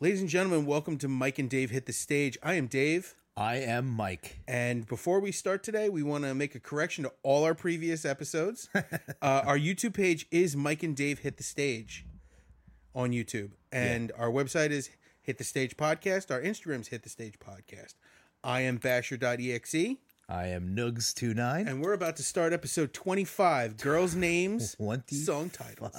Ladies and gentlemen, welcome to Mike and Dave Hit the Stage. I am Dave. I am Mike. And before we start today, we want to make a correction to all our previous episodes. uh, our YouTube page is Mike and Dave Hit the Stage on YouTube. And our website is Hit the Stage Podcast. Our Instagram's Hit the Stage Podcast. I am basher.exe. I am Nugs29. And we're about to start episode 25 Girls' Names, Song Titles.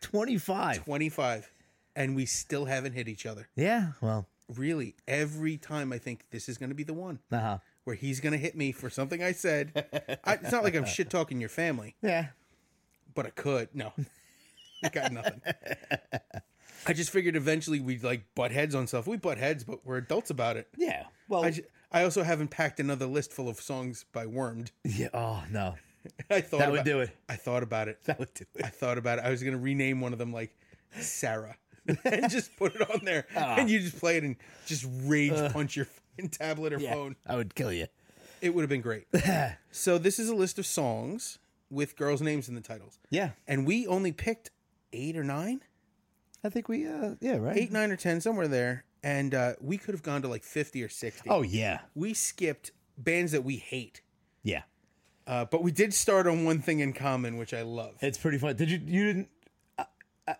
25. 25. 25. And we still haven't hit each other. Yeah, well, Really, every time I think this is going to be the one. uh huh. where he's going to hit me for something I said. I, it's not like I'm shit talking your family, Yeah. but I could. No, I got nothing. I just figured eventually we'd like butt heads on stuff. We butt heads, but we're adults about it. Yeah. Well, I, ju- I also haven't packed another list full of songs by Wormed. yeah. Oh, no. I thought That would about- do it. I thought about it. That would do it. I thought about it. I was going to rename one of them like Sarah and just put it on there, Ah. and you just play it and just rage punch your fucking tablet or Yeah. phone. I would kill you. It would have been great. so this is a list of songs with girls' names in the titles. Yeah. And we only picked eight or nine, I think we, uh, yeah, right? eight, nine or ten, somewhere there. And uh, we could have gone to like fifty or sixty. Oh, yeah. we skipped bands that we hate, Yeah. uh, but we did start on one thing in common, which I love. It's pretty fun. Did you, you didn't, I,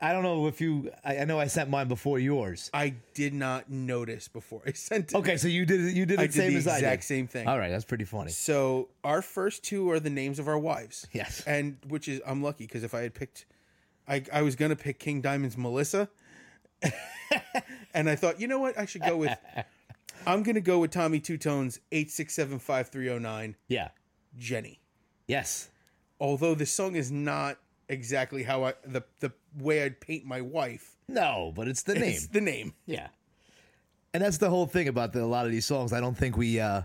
I don't know if you, I, I know I sent mine before yours. I did not notice before I sent it. Okay, so you did it, you did it I did Oh, same the as I exact did. same thing. All right, that's pretty funny. So our first two are the names of our wives. Yes. And which is I'm lucky because if I had picked I I was gonna pick King Diamond's Melissa. and I thought, you know what? I should go with I'm gonna go with Tommy Two Tones, eight six seven five three oh nine, Yeah. Jenny. Yes. Although this song is not exactly how I the the way I'd paint my wife. No, but it's the name. It's the name. Yeah. And that's the whole thing about the, a lot of these songs. I don't think we. Uh,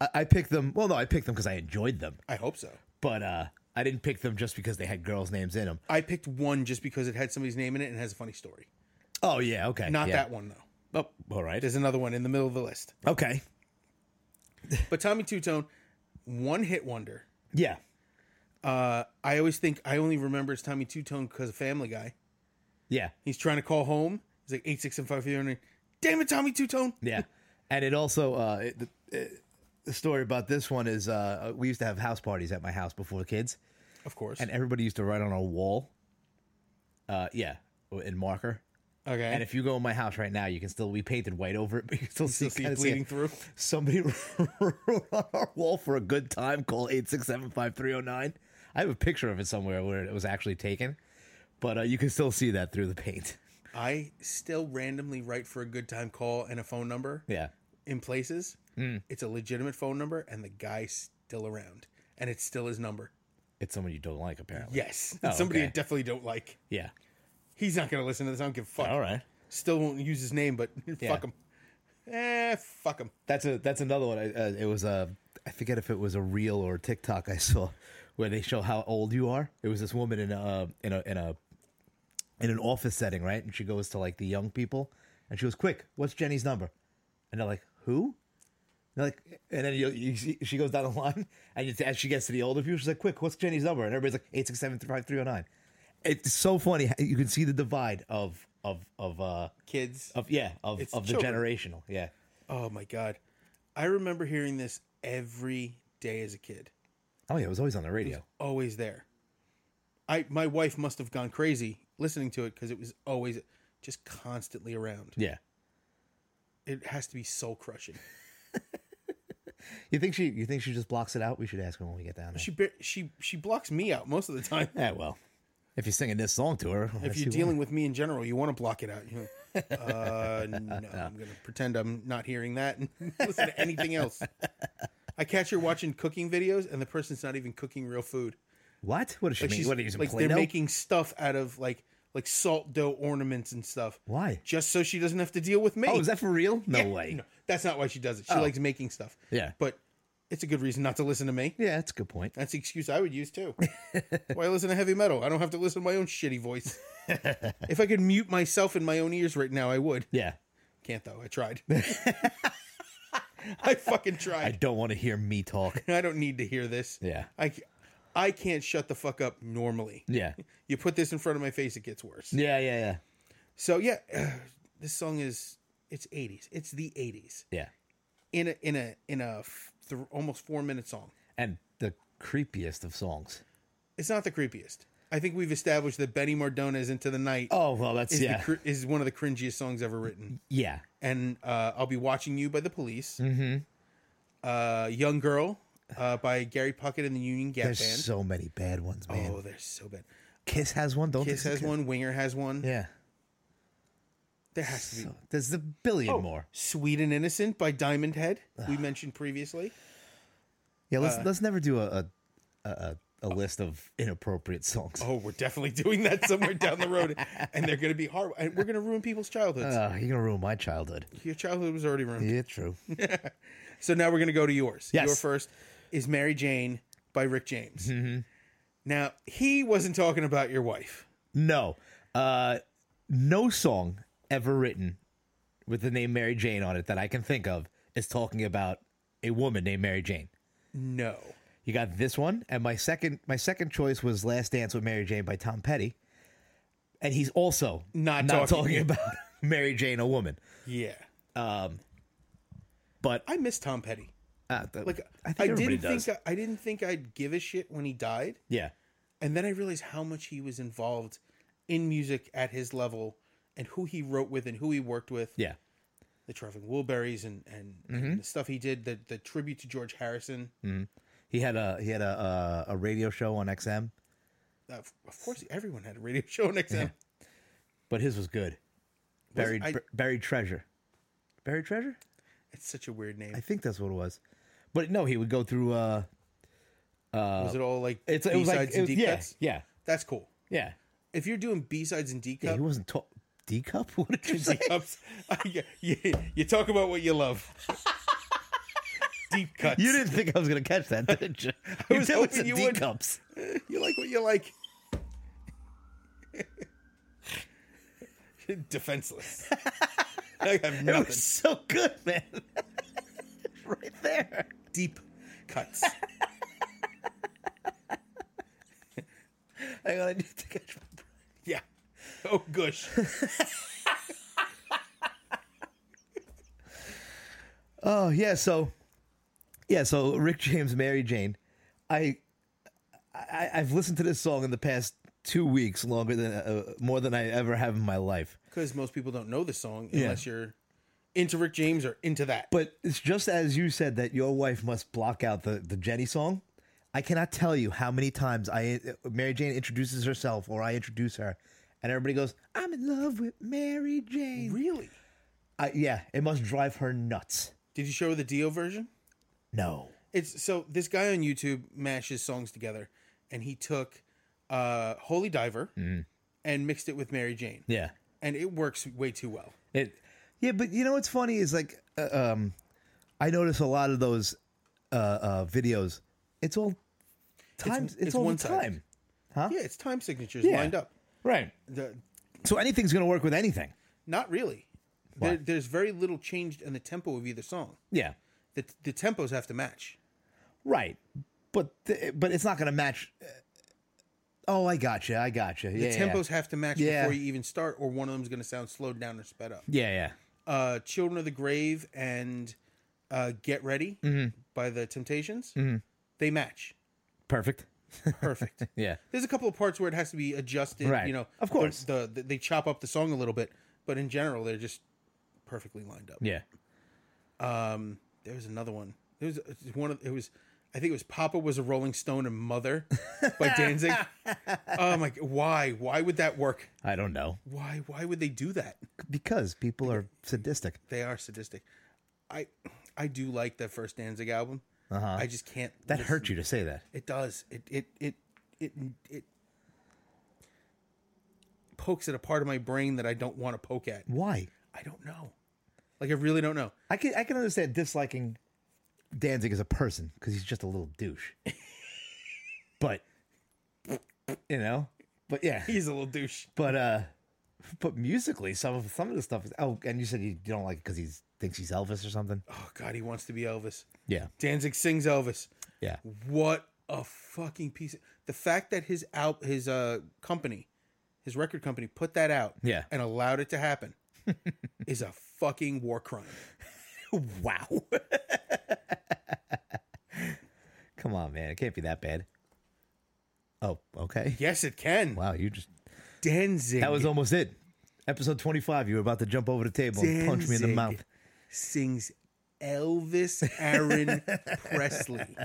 I, I picked them. Well, no, I picked them because I enjoyed them, I hope so. but uh, I didn't pick them just because they had girls' names in them. I picked one just because it had somebody's name in it and has a funny story. Oh yeah, okay. Not yeah. that one though. Oh, all right. There's another one in the middle of the list. Okay. But Tommy Two Tone, one hit wonder. Uh, Yeah. I always think I only remember it's Tommy Two Tone because of Family Guy. Yeah. He's trying to call home. He's like eight six and five three nine. Damn it, Tommy Two Tone. Yeah. and it also uh, it, the, it- the story about this one is uh, we used to have house parties at my house before kids, Of course. and everybody used to write on our wall. Uh, yeah, in marker. okay. And if you go in my house right now, you can still we painted white over it, but you can still see, you see kinda it see it. bleeding through. Somebody wrote on our wall for a good time. Call eight six seven five three zero nine. I have a picture of it somewhere where it was actually taken, but uh, you can still see that through the paint. I still randomly write for a good time call and a phone number Yeah, in places. Hmm. It's a legitimate phone number, and the guy's still around, and it's still his number. it's someone you don't like apparently. Yes, Oh, it's somebody okay. I definitely don't like. Yeah. He's not gonna listen to this. I don't give a fuck. All right. Still won't use his name, but Yeah. fuck him. Eh, fuck him. That's a that's another one. I- Uh, it was a I forget if it was a reel or a TikTok I saw where they show how old you are. It was this woman in a uh, in a in a in an office setting, right? And she goes to like the young people, and she goes, "Quick, what's Jenny's number?" And they're like, "Who?" And they're like, and then you, you see, she goes down the line, and you, as she gets to the older people, she's like, "Quick, what's Jenny's number?" And everybody's like, 867-35309. It's so funny. You can see the divide of of of uh Kids. of yeah of It's of the children. generational. Yeah, Oh my god. I remember hearing this every day as a kid. oh yeah, it was always on the radio. Always there. I my wife must have gone crazy listening to it because it was always just constantly around. Yeah. It has to be soul crushing. You think she? You think she just blocks it out? We should ask her when we get down there. She bar- she she blocks me out most of the time. yeah, well, if you're singing this song to her, If you're dealing with me in general, you want to block it out. You know, uh, no, I'm going to pretend I'm not hearing that and listen to anything else. I catch her watching cooking videos, and the person's not even cooking real food. what? What does she Like mean? she's- What are you using like Play-Doh? they're making stuff out of like like salt dough ornaments and stuff. Why? Just so she doesn't have to deal with me. Oh, is that for real? No Yeah, way. Oh. no, that's not why she does it. She likes making stuff. Yeah. But it's a good reason not to listen to me. Yeah, that's a good point. That's the excuse I would use too. why listen to heavy metal? I don't have to listen to my own shitty voice. if I could mute myself in my own ears right now, I would. Yeah, Can't though. I tried. I fucking I tried. don't want to hear me talk. I, don't need to hear this. Yeah, I, c- I can't shut the fuck up normally. yeah, You put this in front of my face, it gets worse. yeah, yeah, yeah. So yeah, this song is it's 80s. It's the 80s Yeah. in a in a in a f- th- almost 4 minute song. And the creepiest of songs. It's not the creepiest. I think we've established that Benny Mardona's Into the Night Oh, well, that's is yeah. the cr- is one of the cringiest songs ever written. yeah. And uh, I'll be watching you by the Police. Mm-hmm. Uh, Young Girl uh, by Gary Puckett and the Union Gap There's Band. so many bad ones, man. oh, they're so bad. Kiss has one, don't Kiss they? has one. Winger has one. Yeah. There has to be So, there's a billion Oh. more. Sweet and Innocent by Diamond Head, we mentioned previously. Yeah, Uh, let's let's never do a a, a a- a list of inappropriate songs. Oh, we're definitely doing that somewhere down the road, and they're going to be hard. And we're going to ruin people's childhoods. Uh, you're gonna ruin my childhood. Your childhood was already ruined. Yeah, true. So now we're going to go to yours. Yes. Your first is Mary Jane by Rick James. Mm-hmm. Now, he wasn't talking about your wife. No, uh, no song ever written with the name Mary Jane on it that I can think of is talking about a woman named Mary Jane. No. You got this one, and my second my second choice was Last Dance with Mary Jane by Tom Petty, and he's also Not not talking- talking, about Mary Jane, a woman. Yeah. But I miss Tom Petty. uh, th- Like I, I think everybody didn't does. think I, I didn't think I'd give a shit when he died, yeah, and then I realized how much he was involved in music at his level and who he wrote with and who he worked with. yeah, The Traveling Wilburys and and, Mm-hmm. and the stuff he did, the the tribute to George Harrison. he had a he had a a, a radio show on XM, Uh, of- of course, everyone had a radio show next time. but his was good. Buried I- bur- buried treasure, buried treasure. It's such a weird name. I think that's what it was. But no, he would go through. uh was it all like It's it was like B-sides it and was, D yeah, cuts? yeah, That's cool. yeah, If you're doing B sides and D yeah. He cups, wasn't talk D cup. What did you say? cups you, you, uh, you talk about what you love. Deep cuts. You didn't think I was gonna catch that, did you? You was did with hoping the you D would. cups. You like what you like. Defenseless. I have It nothing. was so good, man. right there. Deep cuts. Hang on, I need to catch my breath. yeah. Oh gosh. Oh yeah, so yeah, so Rick James, Mary Jane. I, I I've listened to this song in the past two weeks longer than uh, more than I ever have in my life. Because most people don't know the song unless you're into Rick James or into that. But it's just as you said that your wife must block out the, the Jenny song. I cannot tell you how many times I Mary Jane introduces herself or I introduce her, and everybody goes, "I'm in love with Mary Jane." really? I, yeah, it must drive her nuts. Did you show her the Dio version? No, It's so this guy on YouTube mashes songs together, and he took uh, "Holy Diver" and mixed it with "Mary Jane," Mm-hmm. yeah, and it works way too well. it, yeah. But you know what's funny is like, uh, um, I notice a lot of those uh, uh, videos. It's all times. It's, it's all the one-sided. time, Yeah, it's time signatures Yeah. lined up. right? The, So anything's gonna work with anything. not really. There, there's very little changed in the tempo of either song. Yeah, The the tempos have to match. Right, but th- but it's not going to match. uh, Oh, I gotcha, I gotcha. Yeah, The tempos have to match Yeah. before you even start, or one of them's going to sound slowed down or sped up. Yeah, yeah. uh, "Children of the Grave" and uh, "Get Ready" Mm-hmm. by the Temptations. They match Perfect. perfect. Yeah, There's a couple of parts where it has to be adjusted. Right. You know, Of course. the, the, they chop up the song a little bit, but in general, they're just perfectly lined up. yeah. There was another one. There was it's one of it was. I think it was "Papa Was a Rolling Stone" and "Mother" by Danzig. oh my! g- Why? Why would that work? I don't know Why? Why would they do that? because people are sadistic. They are sadistic. I, I do like that first Danzig album. Uh-huh. I just can't. That listen- hurt you to say that. It does. It it it it it pokes at a part of my brain that I don't want to poke at. Why? I don't know. Like I really don't know. I can I can understand disliking Danzig as a person because he's just a little douche. but you know, but yeah, He's a little douche. but uh, but musically, some of some of the stuff is. Oh, and you said you don't like it because he thinks he's Elvis or something. Oh god, he wants to be Elvis. Yeah, Danzig sings Elvis. yeah. What a fucking piece. Of, the fact that his out his uh company, his record company put that out Yeah. and allowed it to happen is a fucking war crime. wow. Come on, man. It can't be that bad. Oh, okay. Yes, it can. Wow, you just Danzig. that was almost it. Episode twenty-five. You were about to jump over the table and punch me in the Danzig mouth. Sings Elvis Aaron Presley.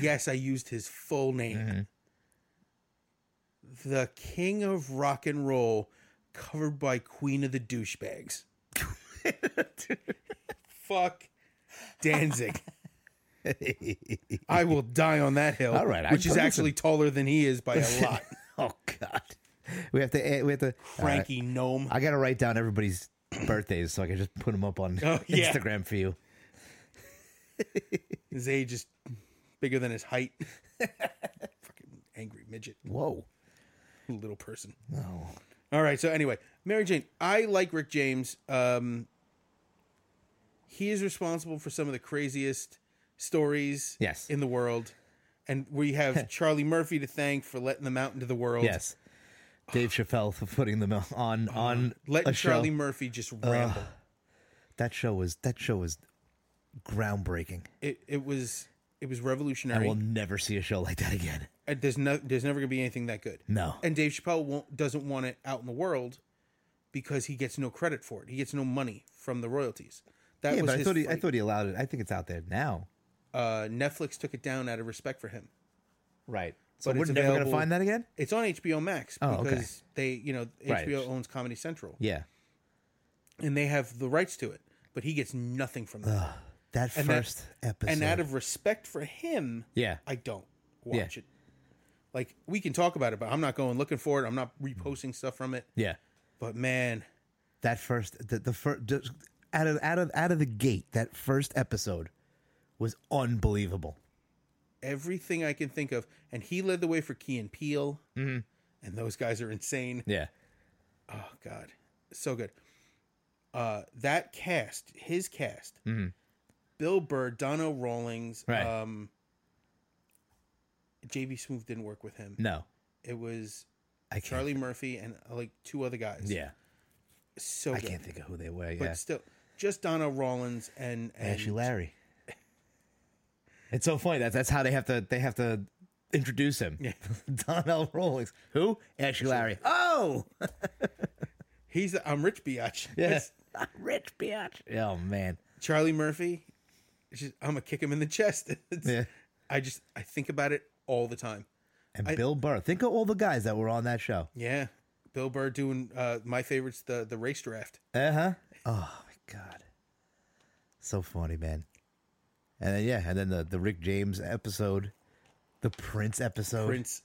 Yes, I used his full name. Mm-hmm. The king of rock and roll, covered by Queen of the Douchebags. Fuck Danzig. I will die on that hill. All right, I- which is listen. actually taller than he is by a lot. oh God. We have to. eh, We have to. all right. Cranky gnome. I gotta write down everybody's birthdays so I can just put them up on Oh, yeah. Instagram for you. His age is bigger than his height. Fucking angry midget, Whoa. little person. No. All right. So anyway, Mary Jane. I like Rick James. Um, he is responsible for some of the craziest stories Yes. in the world, and we have Charlie Murphy to thank for letting them out into the world. Yes. Dave Chappelle for putting them on on Uh, Letting a show. Charlie Murphy just ramble. that show was that show was groundbreaking. It it was it was I revolutionary. will never see a show like that again. Uh, there's no there's never gonna be anything that good. No. And Dave Chappelle won't, doesn't want it out in the world because he gets no credit for it. He gets no money from the royalties. That Yeah, was but I his thought he, I fight. thought he allowed it. I think it's out there now. uh, Netflix took it down out of respect for him. Right. So But we're it's never going to available- find that again. It's on HBO Max Oh, okay. because they, you know, HBO Right. owns Comedy Central Yeah. and they have the rights to it, but he gets nothing from that. That And that- first episode. and out of respect for him, yeah. I don't Yeah. watch it. Like we can talk about it, but I'm not going looking for it. I'm not reposting stuff from it. Yeah. But man, That first the, the first just out of out of out of the gate that first episode was unbelievable. everything I can think of, and he led the way for Key and Peele, Mm-hmm. and those guys are insane. Yeah. Oh God, so good. Uh, that cast, his cast, Bill Burr, Dono Rawlings, Mm-hmm. Right. um, JB Smoove didn't work with him. No. It was I can't. Charlie Murphy and uh, like two other guys. Yeah. so I good. can't think of who they were. but Yeah. still, just Dono Rawlings and, and Ashy Larry. It's so funny that that's how they have to they have to introduce him. Yeah. Donnell Rawlings. Who? Ashy Larry. Oh, he's the, I'm Rich Biatch. yes. Rich biatch. Oh man. Charlie Murphy. it's just, I'm gonna kick him in the chest. It's- Yeah. I just I think about it all the time. And Bill Burr. Think of all the guys that were on that show. Yeah, Bill Burr doing uh, my favorites the the race draft. Uh huh. Oh my god. So funny, man. And then yeah, and then the the Rick James episode, the Prince episode. Prince.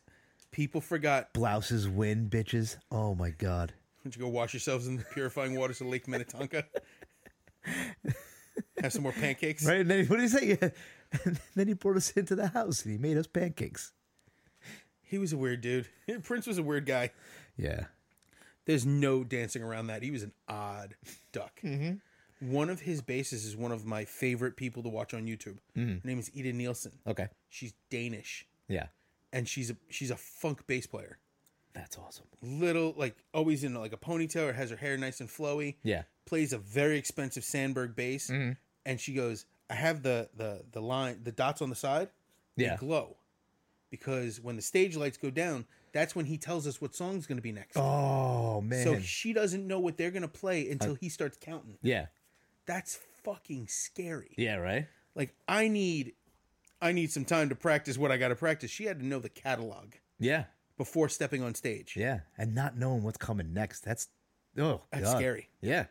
People forgot. Blouses win, bitches. Oh my god. Would you go wash yourselves in the purifying waters of Lake Minnetonka? Have some more pancakes. Right? And then he- what did he say? and then he brought us into the house and he made us pancakes. He was a weird dude. Prince was a weird guy. Yeah. There's no dancing around that. He was an odd duck. One of his bases is one of my favorite people to watch on YouTube. Her name is Ida Nielsen. Okay. She's Danish, Yeah. and she's a she's a funk bass player. That's awesome. Little like always in like a ponytail or has her hair nice and flowy. Yeah. plays a very expensive Sandberg bass, Mm-hmm. and she goes, "I have the the the line, the dots on the side, they Yeah. glow, because when the stage lights go down, that's when he tells us what song's going to be next. Oh man. so she doesn't know what they're going to play until he starts counting. yeah. That's fucking scary. Yeah, right? Like I need, I need some time to practice what I got to practice. She had to know the catalog Yeah. before stepping on stage. Yeah. And not knowing what's coming next. That's oh That's God. scary. Yeah.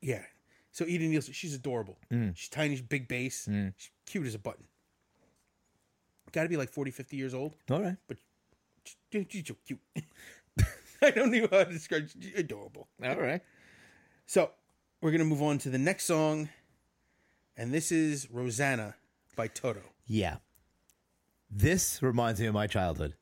Yeah. So Eden Nielsen, she's adorable. Mm. She's tiny, she's big base. She's cute as a button. Got to be like 40, 50 years old, All right. but she's she's so cute. I don't know how to describe She's adorable. All right. So we're going to move on to the next song. And this is Rosanna by Toto. Yeah. This reminds me of my childhood.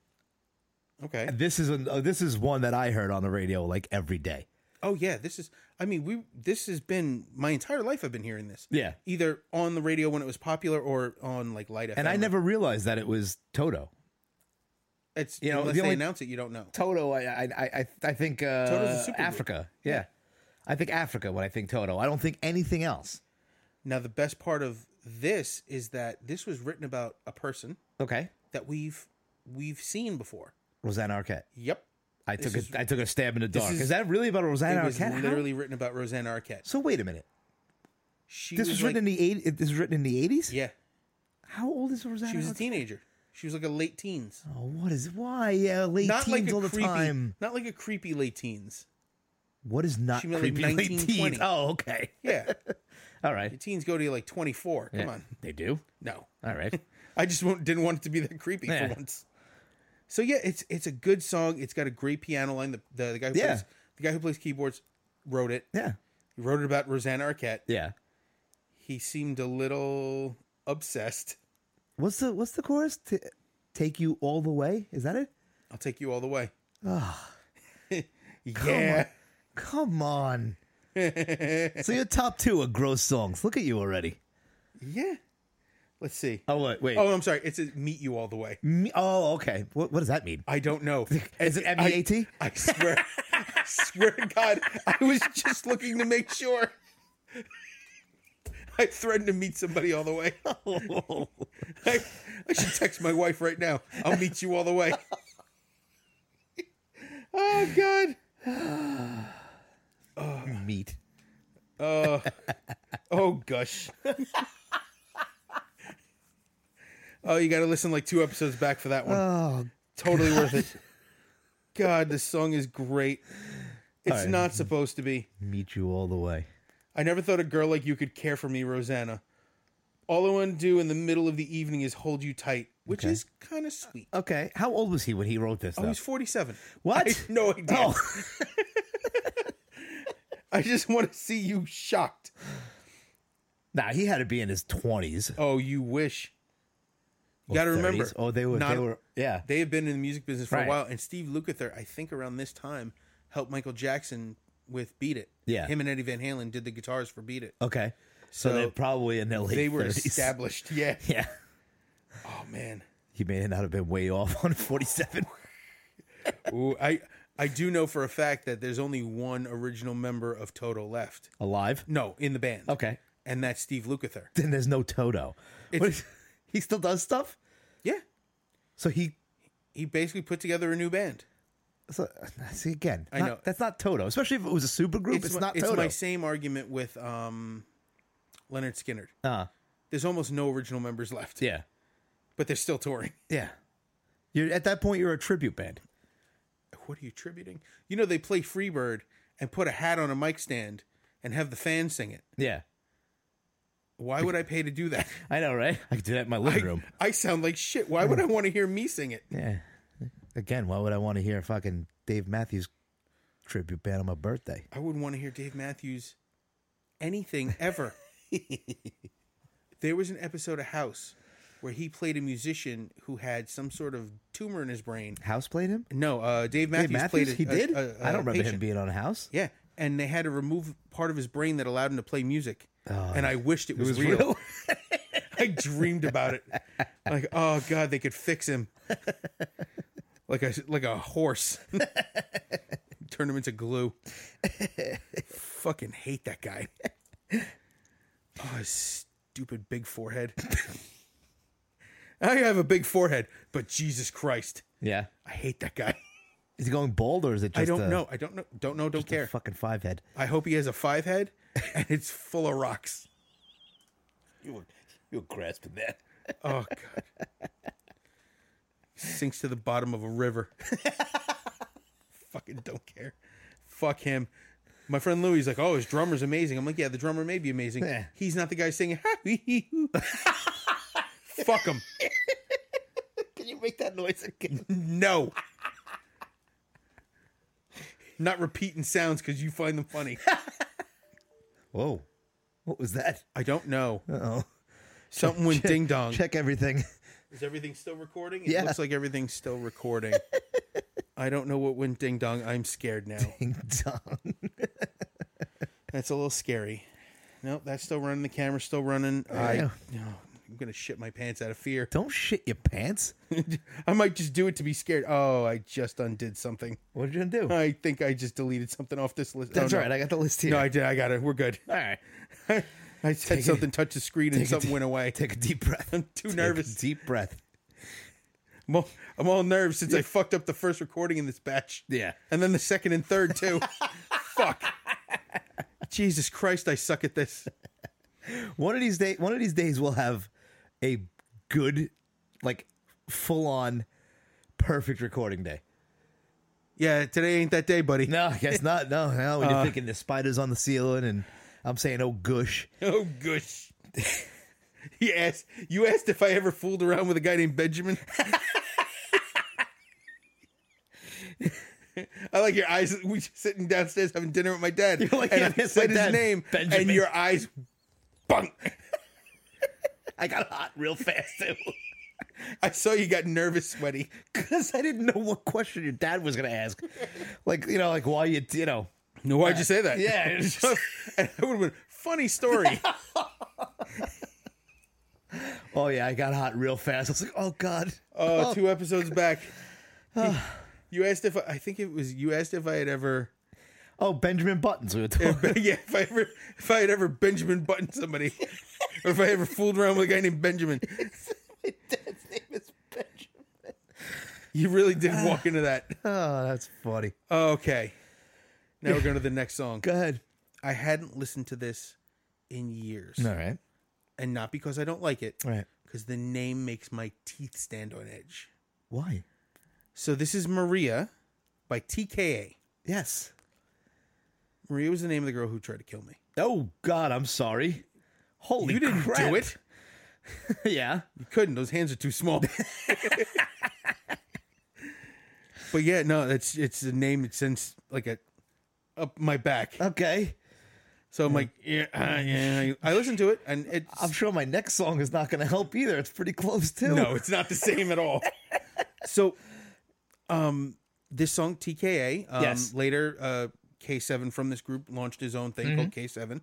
Okay. This is an, uh, this is one that I heard on the radio like every day. Oh, yeah. This is, I mean, we, this has been my entire life I've been hearing this. Yeah. Either on the radio when it was popular or on like Light FM. And I never realized that it was Toto. It's You know, unless the they only- announce it, you don't know. Toto, I I I- I, I think uh, Toto's a supergroup. Africa. Yeah. I think Africa when I think Toto. I don't think anything else. Now the best part of this is that this was written about a person Okay, that we've we've seen before. Roseanne Arquette. Yep. I took is- a, I took a stab in the dark. Is, is- that really about Roseanne It was Arquette? How- literally written about Roseanne Arquette. So wait a minute. She This was, written like- in the eight. This was written in the eighties. Yeah. How old is Roseanne? She was a Arquette? teenager. She was like a late teens. Oh, what is why? Yeah, late Not teens like a all the creepy time. not like a creepy late teens. What is not She meant, like, creepy late 19, teens? 20. Oh, okay. Yeah. All right. teens go to like 24. Come Yeah. on. They do. No. All right. I just won't, didn't want it to be that creepy Yeah. for once. So yeah, it's it's a good song. It's got a great piano line. The the, the guy who Yeah. plays the guy who plays keyboards wrote it. yeah. He wrote it about Rosanna Arquette. Yeah. He seemed a little obsessed. What's the What's the chorus? T- take you all the way. Is that it? I'll take you all the way. on. yeah. Come on. so your top two are gross songs. Look at you already. Yeah. Let's see. Oh wait, wait. Oh, I'm sorry. It's a meet you all the way. Me- oh okay. What, what does that mean? I don't know. Is it M E A T? I swear, I swear to God, I was just looking to make sure. I threatened to meet somebody all the way. I, I should text my wife right now. I'll meet you all the way. oh God. Meat. Oh, oh gosh. oh, you got to listen like two episodes back for that one. Oh totally worth it. God, this song is great. It's right. not supposed to be. meet you all the way. I never thought a girl like you could care for me, Rosanna. All I want to do in the middle of the evening is hold you tight, which is kind of sweet. Okay. How old was he when he wrote this? I though? was 47. what? I have no idea. Oh. I just want to see you shocked. nah, he had to be in his twenties. Oh, you wish. You got to remember. Oh, they were. not- they were. Yeah. they have been in the music business for Right. a while, and Steve Lukather, I think around this time, helped Michael Jackson with "Beat It." Yeah. him and Eddie Van Halen did the guitars for "Beat It," Okay. So, So they're probably in their late. they were 30s. established. Yeah. Yeah. Oh man. He may not have been way off on forty-seven. Ooh, I I do know for a fact that there's only one original member of Toto left. Alive. No, in the band. Okay. And that's Steve Lukather. Then there's no Toto. It's- What is- he still does stuff. Yeah. So he. He basically put together a new band. So, see again. I not- know. that's not Toto, especially if it was a supergroup. It's, my, not it's Toto. my same argument with um Leonard Skinner. uh, There's almost no original members left, yeah. but they're still touring. Yeah. You're at that point. You're a tribute band. What are you tributing? You know, they play Freebird and put a hat on a mic stand and have the fans sing it. Yeah. Why would I pay to do that? I know, right? I Mm. could do that in my living room. I sound like shit. Why would I want to hear me sing it? Yeah. Again, why would I want to hear fucking Dave Matthews tribute band on my birthday? I wouldn't want to hear Dave Matthews anything ever. there was an episode of House where he played a musician who had some sort of tumor in his brain. House played him? No, uh, Dave Matthews, Dave Matthews? played. A, he did? I I I don't remember him being on House. Yeah, and they had to remove part of his brain that allowed him to play music. Oh, and I wished it was, real. I dreamed about it. Like, oh god, they could fix him. Like a like a horse. Turn him into glue. Fucking hate that guy. Oh, his stupid big forehead. I have a big forehead, but Jesus Christ, yeah. I hate that guy. Is he going bald or is it just I don't a, know. I don't know. Don't know. Don't just a care. fucking five head? I hope he has a five head and it's full of rocks. You were, you were grasping that. Oh god. Sinks to the bottom of a river. Fucking don't care. Fuck him. My friend Louis is like, oh, his drummer's amazing. I'm like, yeah, the drummer may be amazing. Yeah. He's not the guy singing. Fuck him. Can you make that noise again? No. Not repeating sounds because you find them funny. Whoa. What was that? I don't know. Uh oh. Something went ding dong. Check everything. Is everything still recording? It Yeah. looks like everything's still recording. I don't know what went ding dong. I'm scared now. Ding dong. That's a little scary. No, that's still running. The camera's still running. I, Yeah. no, I'm gonna shit my pants out of fear. Don't shit your pants. I might just do it to be scared. Oh, I just undid something. What are you gonna do? I think I just deleted something off this list. Oh, That's Uh, no. all right. I got the list here. No, I did. I got it. We're good. all right. I said a- something touched the screen and a something deep- went away. Take a deep breath. I'm too Take a nervous. deep breath. I'm all, I'm all nerves since I fucked up the first recording in this batch. Yeah. And then the second and third too. Fuck. Jesus Christ, I suck at this. One of these days, one of these days, we'll have a good, like, full-on, perfect recording day. Yeah, today ain't that day, buddy. No, I guess not. No, no. Uh. When you're thinking the spiders on the ceiling, and I'm saying, oh gush. Oh gosh. He asked you asked if I ever fooled around with a guy named Benjamin. I like your eyes. We just sitting downstairs having dinner with my dad, You're like, and yeah, I it's said like his that, name, Benjamin. and your eyes, bunk. I got hot real fast too, I saw you got nervous, sweaty. because I didn't know what question your dad was gonna ask. Like, you know, like why you, you know, No, why'd you say that? yeah. it was just- and I would have been funny story. uh, oh yeah, I got hot real fast. I was like, oh god. Oh, two episodes back. you asked if I, I think it was you asked if I had ever Oh, Benjamin Buttons. We were talking. yeah, if I ever if I had ever Benjamin buttoned somebody, or if I ever fooled around with a guy named Benjamin, My dad's name is Benjamin. you really did walk into that. Oh, that's funny. Okay, now we're going to the next song. Go ahead. I hadn't listened to this in years, All right. and not because I don't like it, All right. because the name makes my teeth stand on edge. Why? So this is Maria by TKA. Yes. Maria was the name of the girl who tried to kill me. Oh God, I'm sorry. Holy, You didn't crap. do it. yeah. You couldn't. Those hands are too small. but yeah, no, that's it's a name that sends like a up my back. Okay. So I'm like, yeah, uh, yeah. I listen to it, and it's I'm sure my next song is not going to help either. It's pretty close too. no, it's not the same at all. So, um, this song TKA. Um, Yes. Later, uh, K7 from this group launched his own thing called K7.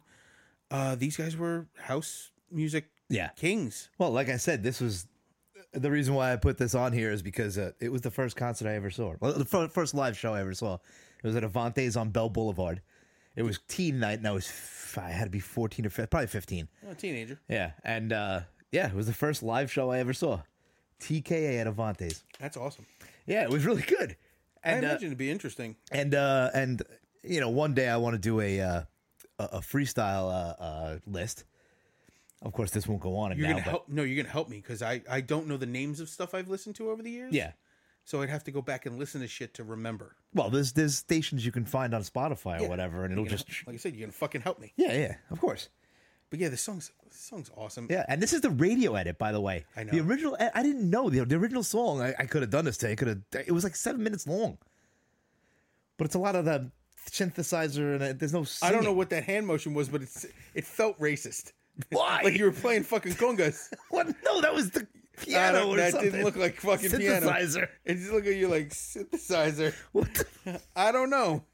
Uh, these guys were house music Yeah. kings. Well, like I said, this was the reason why I put this on here is because uh, it was the first concert I ever saw. Well, the fir- first live show I ever saw. It was at Avante's on Bell Boulevard. It was teen night, and I was f- I had to be 14 or 15, probably 15. Oh, teenager. Yeah, and uh, yeah, it was the first live show I ever saw. TKA at Avante's. That's awesome. Yeah, it was really good. And I uh, imagine it'd be interesting. and uh, and you know, one day I want to do a uh, a, a freestyle uh, uh, list. Of course, this won't go on. You're now, gonna but- help. No, you're gonna help me because I I don't know the names of stuff I've listened to over the years. Yeah. So I'd have to go back and listen to shit to remember. Well, there's there's stations you can find on Spotify or whatever, and it'll You know, just like I said, you're gonna fucking help me. yeah, yeah, of course, But yeah, this song's this song's awesome. yeah. And this is the radio edit, by the way. I know. the original. I I didn't know the, the original song. I, I could have done this today. I could have. It was like seven minutes long, but it's a lot of the synthesizer and uh, there's no. I don't know singing. what that hand motion was, but it's it felt racist. why. Like you were playing fucking congas. what? No, that was the I piano don't- or that something. didn't look like fucking piano. synthesizer. It just looked at you like synthesizer. What? The, I don't know.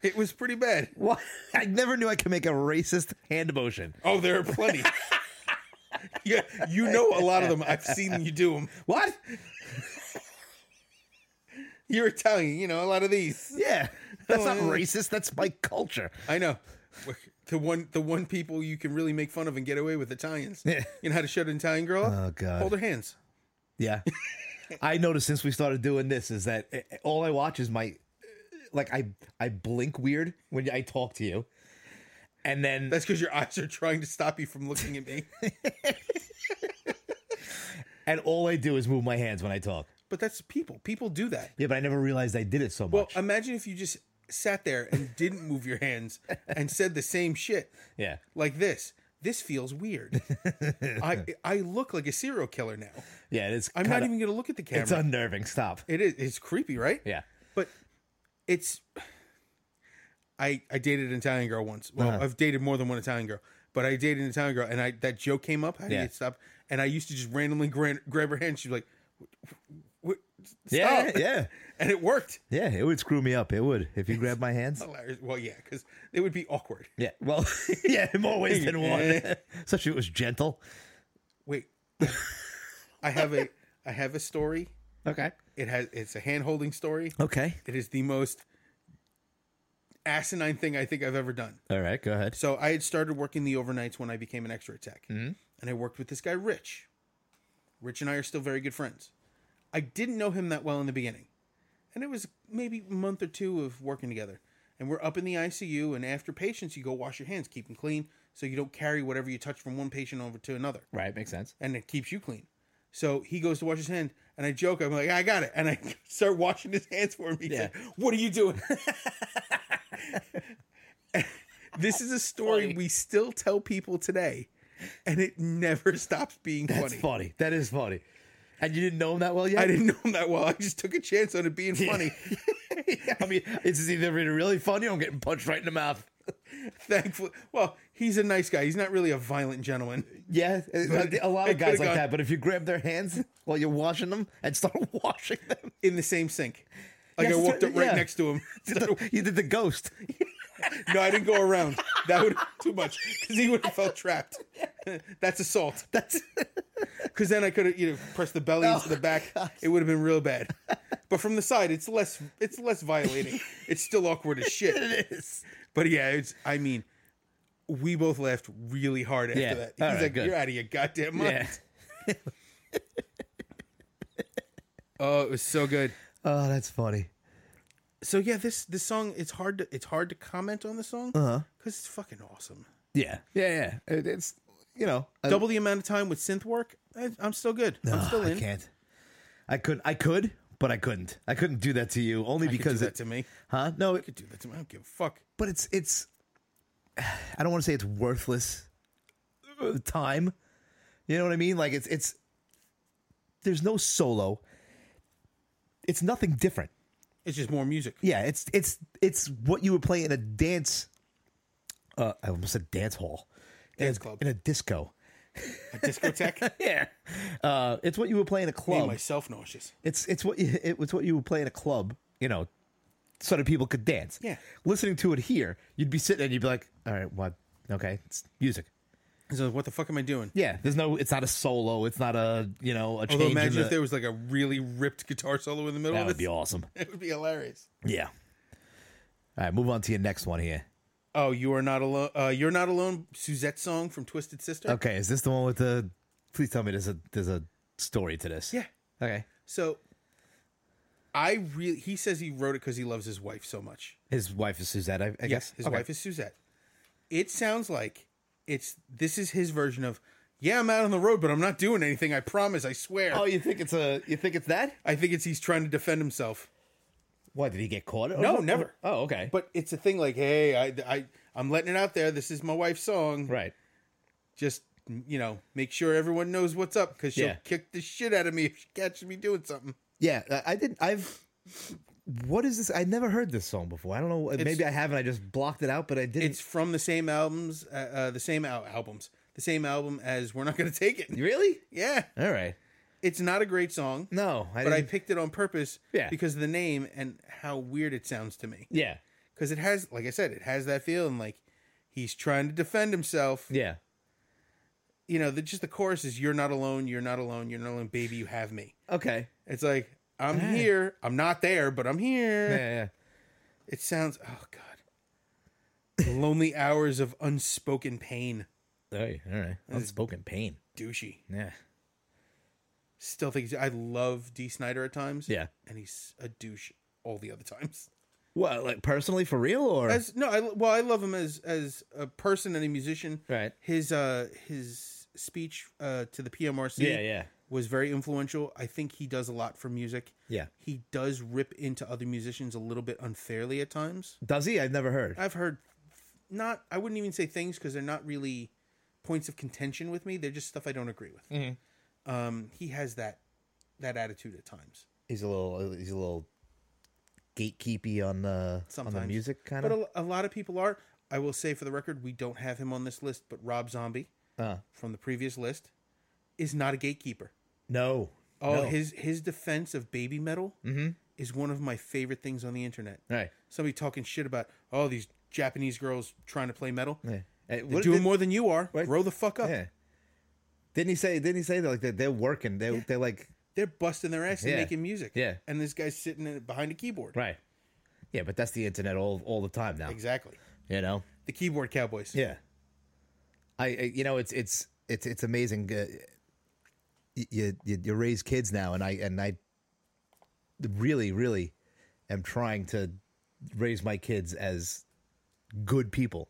It was pretty bad. what? I never knew I could make a racist hand motion. Oh, there are plenty. yeah, you know a lot of them. I've seen you do them. What? You're Italian, you know, a lot of these. Yeah, that's not yeah. racist. That's my culture. I know. The one the one people you can really make fun of and get away with Italians. Yeah. You know how to shut an Italian girl up? Oh, God. Hold her hands. Yeah. I noticed since we started doing this is that eh, eh, all I watch is my like I I blink weird when I talk to you. And then That's because your eyes are trying to stop you from looking at me. and all I do is move my hands when I talk. but that's people. People do that. Yeah, but I never realized I did it so Well, much. imagine if you just sat there and didn't move your hands and said the same shit yeah. like this. This feels weird. I I look like a serial killer now. Yeah, it's I'm not kinda- even gonna look at the camera. it's unnerving. Stop. It is. It's creepy, right? Yeah. but it's I I dated an Italian girl once. Well, I've dated more than one Italian girl, but I dated an Italian girl, and I that joke came up. How do Yeah. you stop? And I used to just randomly grab, grab her hand. She's like, "What? Yeah, Stop. yeah. and it worked. Yeah, it would screw me up. It would if you grabbed my hands. Hilarious. Well, yeah, because it would be awkward. Yeah, well, yeah, in more ways than one. Especially if it was gentle. Wait, I have a I have a story. Okay. It has it's a hand holding story. Okay. It is the most asinine thing I think I've ever done. All right. Go ahead. So I had started working the overnights when I became an extra tech, and I worked with this guy Rich. Rich and I are still very good friends. I didn't know him that well in the beginning, and it was maybe a month or two of working together. And we're up in the ICU, and after patients, you go wash your hands, keep them clean, so you don't carry whatever you touch from one patient over to another Right. Makes sense. and it keeps you clean. So he goes to wash his hand, and I joke, I'm like, I got it, and I start washing his hands for him. He's Yeah. like, What are you doing? this is a story Funny. we still tell people today, and it never stops being That's funny. funny. That is funny. And you didn't know him that well yet. I didn't know him that well. I just took a chance on it being funny. I mean, it's just either really, really funny or I'm getting punched right in the mouth. Thankfully, well, he's a nice guy. He's not really a violent gentleman. Yeah, a a lot it could've of guys like gone- that. But if you grab their hands while you're washing them and start washing them, In the same sink, like Yes, uh, I walked up right yeah. next to him. you did the ghost. No, I didn't go around. That would too much because he would have felt trapped. That's assault. That's Because then I could have you know pressed the belly into the Oh, back. It would have been real bad. But from the side, it's less. It's less violating. It's still awkward as shit. it is. But yeah, it's. I mean, we both laughed really hard after Yeah. that. He's All right, like, good. "You're out of your goddamn mind." Yeah. Oh, it was so good. Oh, that's funny. So yeah, this this song. It's hard to it's hard to comment on the song Uh-huh. because it's fucking awesome. Yeah, yeah, yeah. It, it's you know, I- Double the amount of time with synth work. I, I'm still good. I'm still I in. can't. I could. I could, but I couldn't. I couldn't do that to you only because do that it- to me. Huh? No, it, could do that to me. I don't give a fuck. but it's it's. I don't want to say it's worthless uh, time. You know what I mean? Like it's it's. There's no solo. It's nothing different. It's just more music. Yeah, it's it's it's what you would play in a dance. Uh, I almost said dance hall, Dance in a, club. in a disco. A discotheque. Yeah, uh, it's what you would play in a Made club. myself nauseous. It's it's what you, it was what you would play in a club, you know, so that people could dance. Yeah. Listening to it here, you'd be sitting there and you'd be like, "All right, what? Okay, it's music." So what the fuck am I doing? Yeah, there's no. It's not a solo. It's not a you know a change. Although in imagine the- if there was like a really ripped guitar solo in the middle that of would it. be awesome. It would be hilarious. Yeah. All right, move on to your next one here. Oh, you are not alone. Uh, You're not alone. Suzette song from Twisted Sister. Okay, is this the one with the? Please tell me there's a there's a story to this. Yeah. Okay. So I really he says he wrote it because he loves his wife so much. His wife is Suzette, I, I guess. Yes, his Okay. wife is Suzette. It sounds like it's this is his version of yeah, I'm out on the road, but I'm not doing anything. I promise. I swear. Oh, you think it's a? You think it's that? I think it's he's trying to defend himself. What did he get caught? No, never. Oh, okay. But it's a thing like, hey, I, I, I'm letting it out there. This is my wife's song. right. Just you know, make sure everyone knows what's up because she'll Yeah. kick the shit out of me if she catches me doing something. Yeah, I- I didn't. I've. What is this? I never heard this song before. I don't know. uh, maybe I haven't. I just blocked it out, but I didn't. It's from the same albums, uh, uh, the same al- albums, the same album as "We're Not Gonna Take It." really? Yeah, All right. it's not a great song, No, I but I didn't- picked it on purpose Yeah. because of the name and how weird it sounds to me. yeah, Because it has, like I said, it has that feeling like he's trying to defend himself. yeah, you know, the, just the chorus is "You're not alone, you're not alone, you're not alone, baby, you have me." okay, It's like I'm here, I'm not there, but I'm here. yeah, yeah. It sounds oh god, lonely hours of unspoken pain, All right, all right. Unspoken pain. douchey. Yeah, Still think he's- I love D. Snyder at times. Yeah. and he's a douche all the other times. well, like personally for real, or As no, I well, I love him as as a person and a musician. Right. His uh his speech uh to the PMRC. yeah, yeah, was very influential. I think he does a lot for music. Yeah. He does rip into other musicians a little bit unfairly at times. does he? I've never heard. I've heard not I wouldn't even say things because they're not really points of contention with me. They're just stuff I don't agree with. Um, he has that that attitude at times. He's a little. uh, He's a little gatekeepy on the Sometimes on the music kind But of. a, a lot of people are. I will say for the record, we don't have him on this list, but Rob Zombie Uh, from the previous list is not a gatekeeper. no. Oh, no. Mm-hmm. his his defense of baby metal is one of my favorite things on the internet. Right. Somebody talking shit about all these Japanese girls trying to play metal. Yeah. Hey, They're Eh, what doing did- more than you are. Right. Grow the fuck up. Yeah. Didn't he say? Didn't he say that like that they're working? They they're like They're busting their ass and Yeah. making music. Yeah. And this guy's sitting in, behind a keyboard. right. Yeah, but that's the internet all all the time now. Exactly. You know. The keyboard cowboys. Yeah. I, I you know it's it's it's it's amazing. Uh, y- you, you you raise kids now, and I and I really really am trying to raise my kids as good people,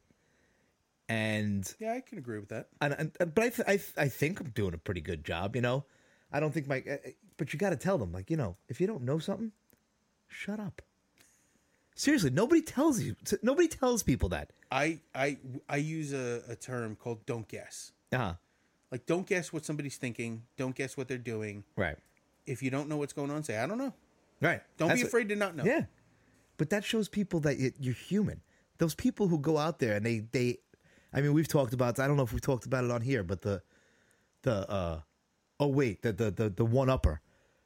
and Yeah, I can agree with that. and, and- and but I, th- I th- I think I'm doing a pretty good job. You know, I don't think my uh, uh, but you got to tell them like you know if you don't know something, shut up. Seriously, nobody tells you. Nobody tells people that. I I I use a, a term called don't guess. Uh-huh. Like don't guess what somebody's thinking. Don't guess what they're doing. Right. If you don't know what's going on, say I don't know. Right. Don't That's be what- afraid to not know. Yeah, but that shows people that you- you're human. Those people who go out there and they they, I mean, we've talked about. I don't know if we talked about it on here, but the, the uh, oh wait, the the the, the one upper.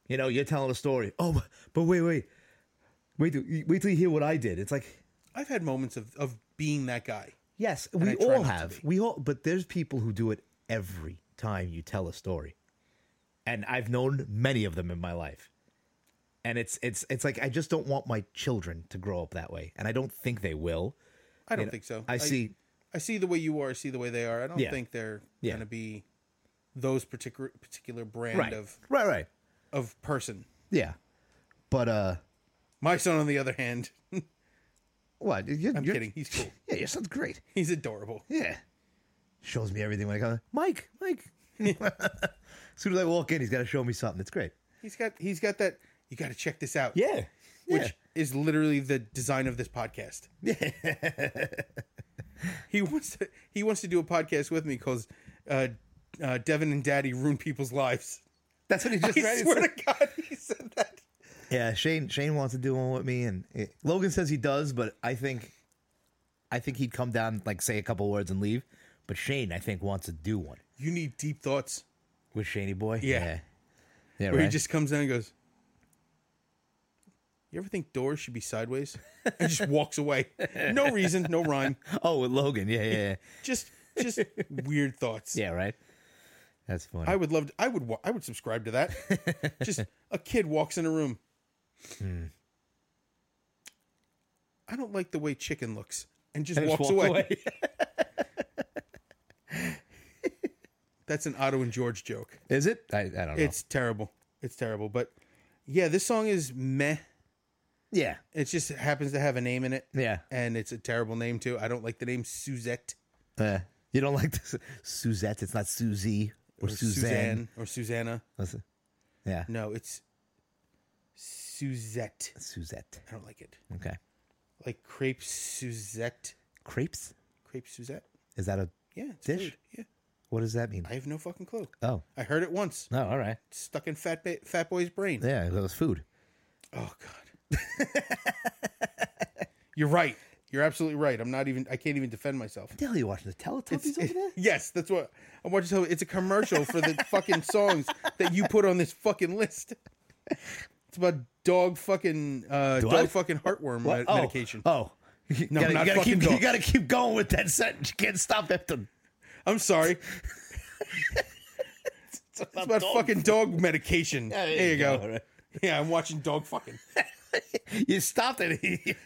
You know, you're telling a story. Oh, but wait, wait, wait, till- wait till you hear what I did. It's like I've had moments of, of being that guy. yes, I we try all not to have. be. We all, but there's people who do it every time you tell a story, and I've known many of them in my life. And it's it's it's like I just don't want my children to grow up that way, and I don't think they will. I don't think so. I see. I see the way you are. I see the way they are. I don't Yeah. think they're Yeah. gonna be those particular particular brand Right. of Right. Right. of person. Yeah. But uh, My son, on the other hand, what? You're, I'm you're, kidding. He's cool. Yeah, your son's great. He's adorable. Yeah. Shows me everything when I come. Mike. Mike. as soon as I walk in, he's got to show me something. It's great. He's got he's got that. You got to check this out. Yeah. Yeah. which is literally the design of this podcast. he wants to he wants to do a podcast with me because uh, uh, Devin and Daddy ruin people's lives. That's what he just I read. swear to God, he said that. Yeah, Shane. Shane wants to do one with me, and eh, Logan says he does, but I think, I think he'd come down like say a couple words and leave. But Shane, I think, wants to do one You need deep thoughts with Shaney boy. Yeah. Yeah. Yeah, where right. he just comes down and goes. You ever think doors should be sideways? And just walks away. No reason, no rhyme. oh, with Logan. Yeah, yeah, yeah. Just just weird thoughts. Yeah, right. That's funny. I would love to, I would wa- I would subscribe to that. Just a kid walks in a room. Hmm. I don't like the way chicken looks and just And just walks walk away. That's an Otto and George joke. Is it? I, I don't know. It's terrible. It's terrible, but yeah, this song is meh. yeah, It just happens to have a name in it. yeah. And it's a terrible name too. I don't like the name Suzette Uh, you don't like this, Suzette? It's not Susie or, Suzanne. Suzanne or Susanna. What's it? Yeah, No, it's Suzette. Suzette. I don't like it. Okay. Like crepe Suzette. Crepes? Crepe Suzette. Is that a? Yeah, it's Dish? food. Yeah, What does that mean? I have no fucking clue. Oh, I heard it once, no. All right. It's stuck in Fat ba- Fat Boy's brain. Yeah, that was food. Oh god. You're right. You're absolutely right. I'm not even. I can't even defend myself. the hell are you watching? The Teletubbies over there? Yes, that's what I'm watching. So It's a commercial for the fucking songs that you put on this fucking list. It's about dog fucking uh, dog I- fucking heartworm What? uh, medication. Oh. You No, gotta, not you gotta fucking keep, you dog. gotta keep going with that sentence. You can't stop after. I'm sorry. It's about, It's about dog. fucking dog medication. Yeah, there, you go. all right. Yeah, I'm watching dog fucking. You stopped it. keep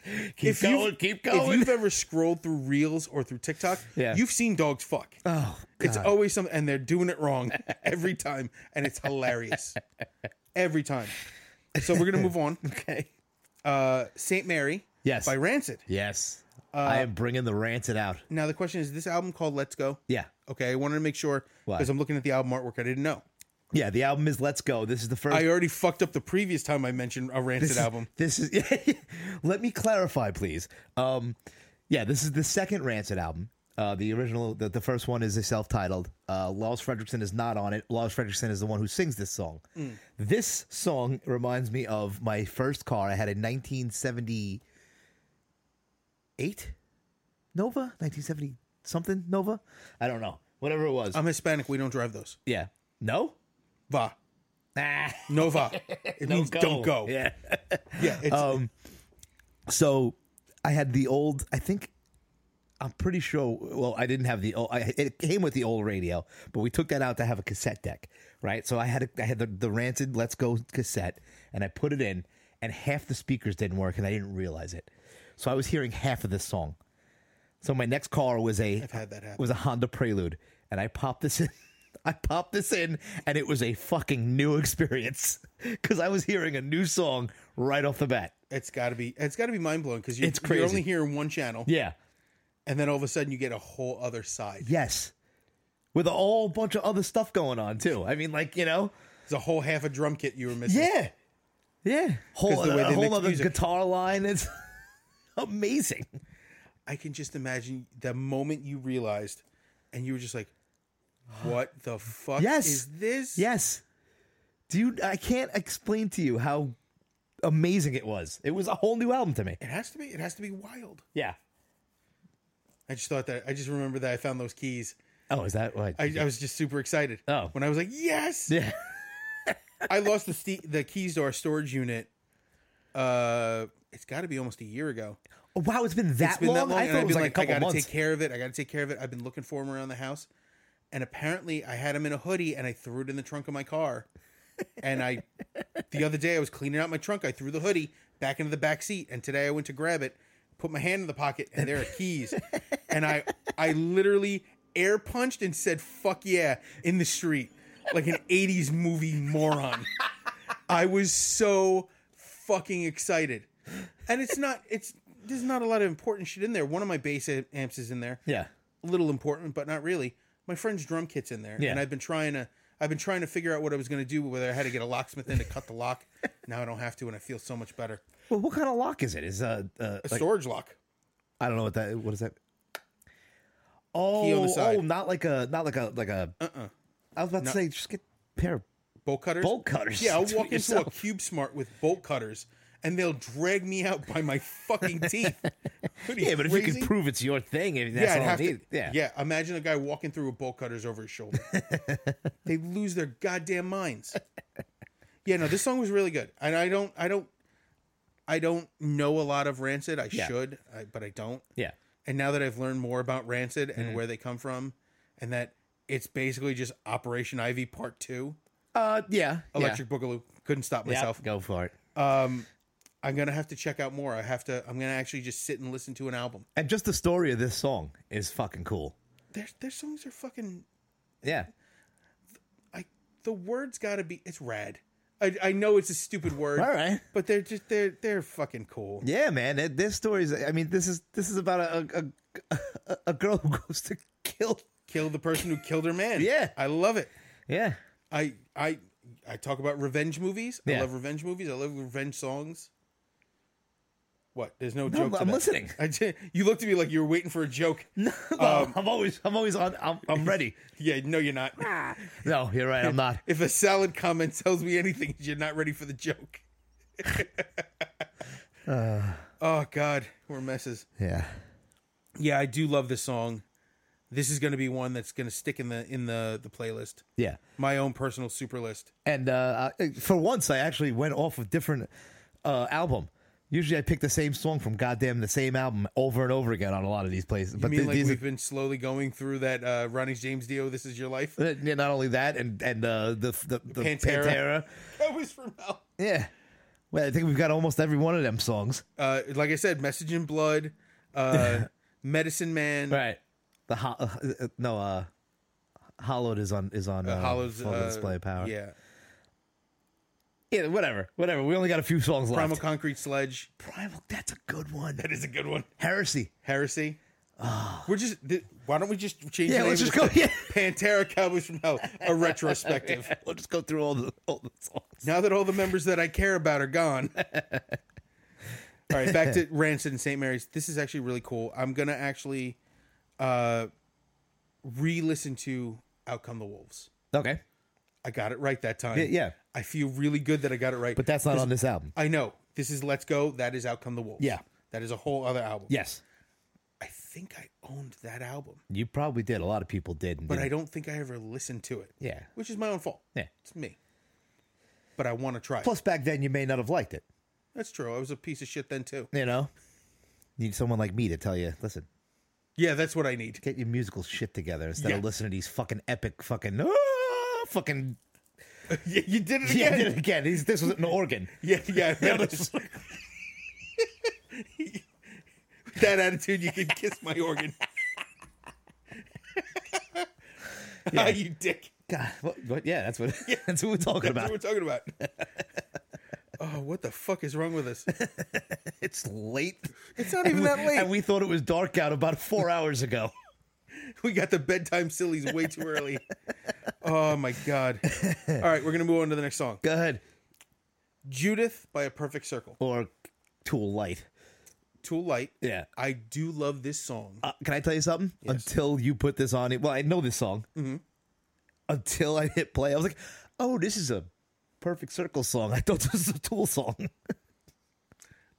if going. you've, keep If going. you've ever scrolled through Reels or through TikTok, Yeah. you've seen dogs fuck. oh, it's God. always something, and they're doing it wrong every time, and it's hilarious every time. So we're gonna move on. okay. Uh, Saint Mary, Yes. by Rancid. Yes. I am bringing the rancid out. Now the question is, is this album called Let's Go? Yeah. Okay, I wanted to make sure Why? because I'm looking at the album artwork. I didn't know. Yeah, the album is Let's Go. This is the first I already fucked up the previous time I mentioned a Rancid this is- album. This is Let me clarify, please. Um yeah, this is the second Rancid album. Uh, the original, the, the first one is a self-titled. Uh, Lars Fredrickson is not on it. Lars Fredrickson is the one who sings this song. Mm. This song reminds me of my first car. I had a 1978 Nova, 1970 something Nova. Oh. I don't know, whatever it was. I'm Hispanic. We don't drive those. yeah, no, Va. Ah, Nova. It means don't go. Yeah, Yeah. Oh, it's, So I had the old. I think I'm pretty sure. Well, I didn't have the. old I, it came with the old radio, but we took that out to have a cassette deck, right? So I had a, I had the, the ranted "Let's Go" cassette, and I put it in, and half the speakers didn't work, and I didn't realize it. So I was hearing half of this song. So my next car was a had that happen. was a Honda Prelude, and I popped this in. I popped this in, and it was a fucking new experience because I was hearing a new song right off the bat. it's got to be it's got to be mind blowing because you, It's you're crazy. only hearing one channel, Yeah, and then all of a sudden you get a whole other side. Yes. With a whole bunch of other stuff going on too. I mean, like, you know? It's a whole half a drum kit you were missing. Yeah. Whole, 'Cause the way a they mix whole other music. guitar line. It's amazing. I can just imagine the moment you realized, and you were just like, "What the fuck Yes. is this?" Yes. Dude, I can't explain to you how amazing it was. It was a whole new album to me. it has to be. It has to be wild. Yeah. I just thought that. I just remember that I found those keys. Oh, is that right? I, I was just super excited. Oh. when I was like, "Yes!" yeah. I lost the ste the keys to our storage unit. Uh, it's got to be almost a year ago. Oh, wow, it's been that It's been long? that long, I and thought I've it was been like, like, a couple I gotta months. take care of it. I gotta take care of it. I've been looking for them around the house, and apparently, I had them in a hoodie, and I threw it in the trunk of my car. And I, the other day, I was cleaning out my trunk. I threw the hoodie back into the back seat, and today I went to grab it, put my hand in the pocket, and there are keys. And I, I literally air punched and said "fuck yeah" in the street, like an '80s movie moron. I was so fucking excited. And it's not it's there's not a lot of important shit in there. One of my bass am- amps is in there. yeah. A little important, but not really. My friend's drum kit's in there. Yeah. And I've been trying to I've been trying to figure out what I was going to do, whether I had to get a locksmith in to cut the lock. Now I don't have to, and I feel so much better. Well, what kind of lock is it? Is uh, uh A like- storage lock. I don't know what that. What is that? Oh, on the side. oh, not like a, not like a, like a. Uh. uh I was about to say, just get a pair of Bolt cutters. bolt cutters. Yeah, I'll Do it walk into a yourself. Cube Smart with bolt cutters, and they'll drag me out by my fucking teeth. What are Yeah, but if you crazy? can prove it's your thing, if that's Yeah, I'd all have to- needed. yeah, yeah. Imagine a guy walking through with bolt cutters over his shoulder. they lose their goddamn minds. Yeah, no, this song was really good, and I don't, I don't, I don't know a lot of Rancid. I Yeah. should, I, but I don't. yeah. And now that I've learned more about Rancid and Mm-hmm. where they come from, and that it's basically just Operation Ivy Part Two, Uh, yeah. Electric Boogaloo. Couldn't stop yeah. myself. Yep, Go for it. Um, I'm gonna have to check out more. I have to. I'm gonna actually just sit and listen to an album. And just the story of this song is fucking cool. Their their songs are fucking Yeah. I the word's got to be it's rad. I, I know it's a stupid word, All right. but they're just they're they're fucking cool. Yeah, man. That- This story is. I mean, this is this is about a a, a, a girl who goes to kill. Kill the person who killed her man. Yeah. I love it. Yeah. I I I talk about revenge movies. I Yeah. love revenge movies. I love revenge songs. What? There's no, No, joke. to I'm that. listening. I ju- you looked at me like you were waiting for a joke. I'm always I'm always on. I'm, I'm ready. Yeah, no, you're not. no, you're right. I'm not. If a salad comment tells me anything, you're not ready for the joke. Uh. oh God, we're messes. Yeah. yeah i do love this song this is going to be one that's going to stick in the in the the playlist Yeah. my own personal super list And uh, I- for once, I actually went off of different uh, album. Usually, I pick the same song from goddamn the same album over and over again on a lot of these places. i But mean th- like these, we've been slowly going through that uh ronnie james dio this is your life uh, yeah, not only that, and and uh, the the, the Pantera. Pantera. that was from hell yeah. Well, I think we've got almost every one of them songs. uh like i said message in blood uh medicine man Right. The ho- uh, uh, no, uh, Hollowed is on is on uh, hollows Full uh, display of power. yeah yeah, whatever, whatever. We only got a few songs primal left. concrete sledge Primal, that's a good one. that is a good one Heresy. heresy we're just th- why don't we just change Ah. the Yeah, name let's of just this go. Yeah, to pantera cowboys from hell a retrospective we'll just go through all the all the songs. Now that all the members that I care about are gone. all right, back to Rancid and St. Mary's. This is actually really cool. I'm gonna actually uh re-listen to Out Come the Wolves. Okay. I got it right that time. Yeah, yeah. I feel really good that I got it right. But that's not on this album. I know. This is Let's Go, that is Out Come the Wolves. Yeah. That is a whole other album. Yes. I think I owned that album, You probably did. A lot of people did. but I don't think I ever listened to it. Yeah. Which is my own fault. Yeah. It's me. but I want to try. it. Plus, back then you may not have liked it. That's true. I was a piece of shit then too. You know, need someone like me to tell you, listen, Yeah, that's what I need. get your musical shit together instead Yeah. of listening to these fucking epic fucking "Ah," fucking. you you did it Yeah, I did again. it again. These- This was an organ. Yeah, yeah. that, that attitude, you can kiss my organ. Ah, you dick. God, what, what, yeah, that's what that's what we're talking That's what about. we're talking about. oh, what the fuck is wrong with us? It's late. It's not even We- that late. And we thought it was dark out about four hours ago. we got the bedtime sillies way too early. oh my god. All right, we're gonna move on to the next song. Go ahead. Judith by a Perfect Circle. Or Tool Light. Tool Light. Yeah. I do love this song. Uh, can I tell you something? Until you put this on, it. Well, I know this song. Mm-hmm. Until I hit play, I was like, "Oh, this is a perfect circle song." I thought this was a Tool song. Oh.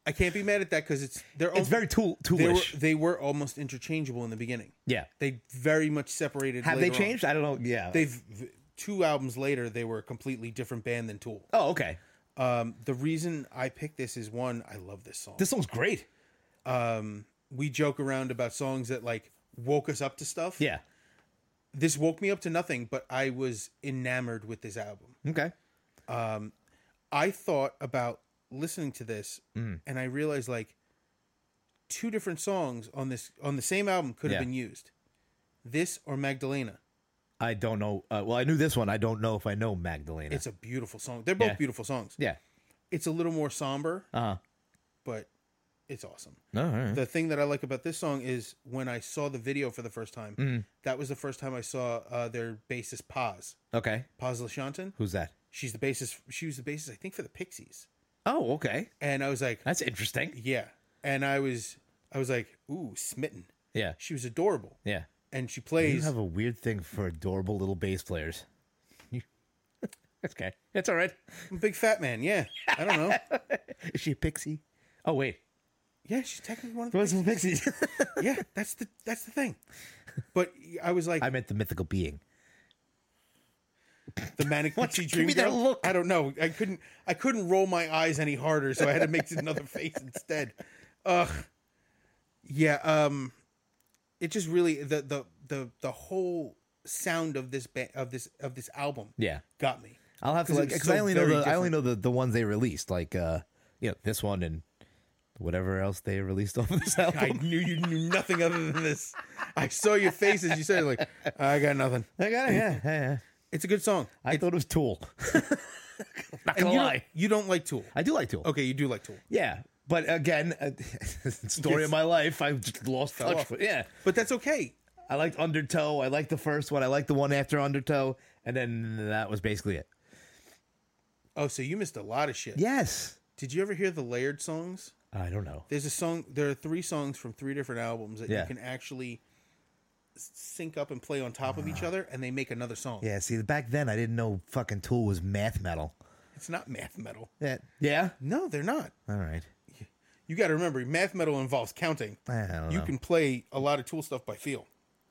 I can't be mad at that because it's they're It's al- very Tool they were Toolish. they were almost interchangeable in the beginning. yeah. They very much separated. Have they later on. changed? I don't know. Yeah. They've two albums later they were a completely different band than Tool. oh, okay. Um, the reason I picked this is one, I love this song. This song's great. we joke around about songs that like woke us up to stuff. Yeah. This woke me up to nothing, but I was enamored with this album. Okay. I thought about listening to this Mm. and I realized like two different songs on this on the same album could have Yeah. been used. This or Magdalena. I don't know. Uh, well, I knew this one. I don't know if I know Magdalena. It's a beautiful song. They're both Yeah. beautiful songs. yeah. It's a little more somber, Uh huh. but it's awesome. No. all right. The thing that I like about this song is when I saw the video for the first time, Mm. that was the first time I saw uh, their bassist Paz. Okay. Paz Lashantin. Who's that? She's the bassist. She was the bassist, I think, for the Pixies. Oh, okay. And I was like, That's interesting. yeah. And I was, I was like, ooh, smitten. Yeah. She was adorable, Yeah. and she You plays. have a weird thing for adorable little bass players. That's okay. That's all right. I'm a big fat man. Yeah, I don't know. Is she a pixie? Oh wait, yeah, she's technically one of the. what's a pixie? Yeah, that's the that's the thing. But I was like I meant the mythical being. the manic pixie give dream me that girl. look. I don't know. I couldn't. I couldn't roll my eyes any harder, so I had to make another face instead. Ugh. Yeah. Um. It just really the the the the whole sound of this ba- of this of this album Yeah, got me. I'll have to 'Cause like it was because so I only know the very I only different. know the, the ones they released, like uh, you know this one and whatever else they released off of this album. I knew you knew nothing other than this. I saw your faces. You said it like I got nothing. I got it. Yeah, yeah, yeah. It's a good song. I thought it was Tool. And Not gonna you don't, lie, you don't like Tool. I do like Tool. Okay, you do like Tool. Yeah, but again, uh, story Yes. of my life. I just lost touch. off. With, yeah. But that's okay. I liked Undertow. I liked the first one. I liked the one after Undertow, and then that was basically it. Oh, so you missed a lot of shit. Yes. Did you ever hear the layered songs? I don't know. There's a song. There are three songs from three different albums that Yeah. you can actually s- sync up and play on top of each other, and they make another song. Ah. Yeah. See, back then I didn't know fucking Tool was math metal. It's not math metal. Yeah. Yeah. No, they're not. All right. You got to remember, math metal involves counting. I don't You know. can play a lot of Tool stuff by feel.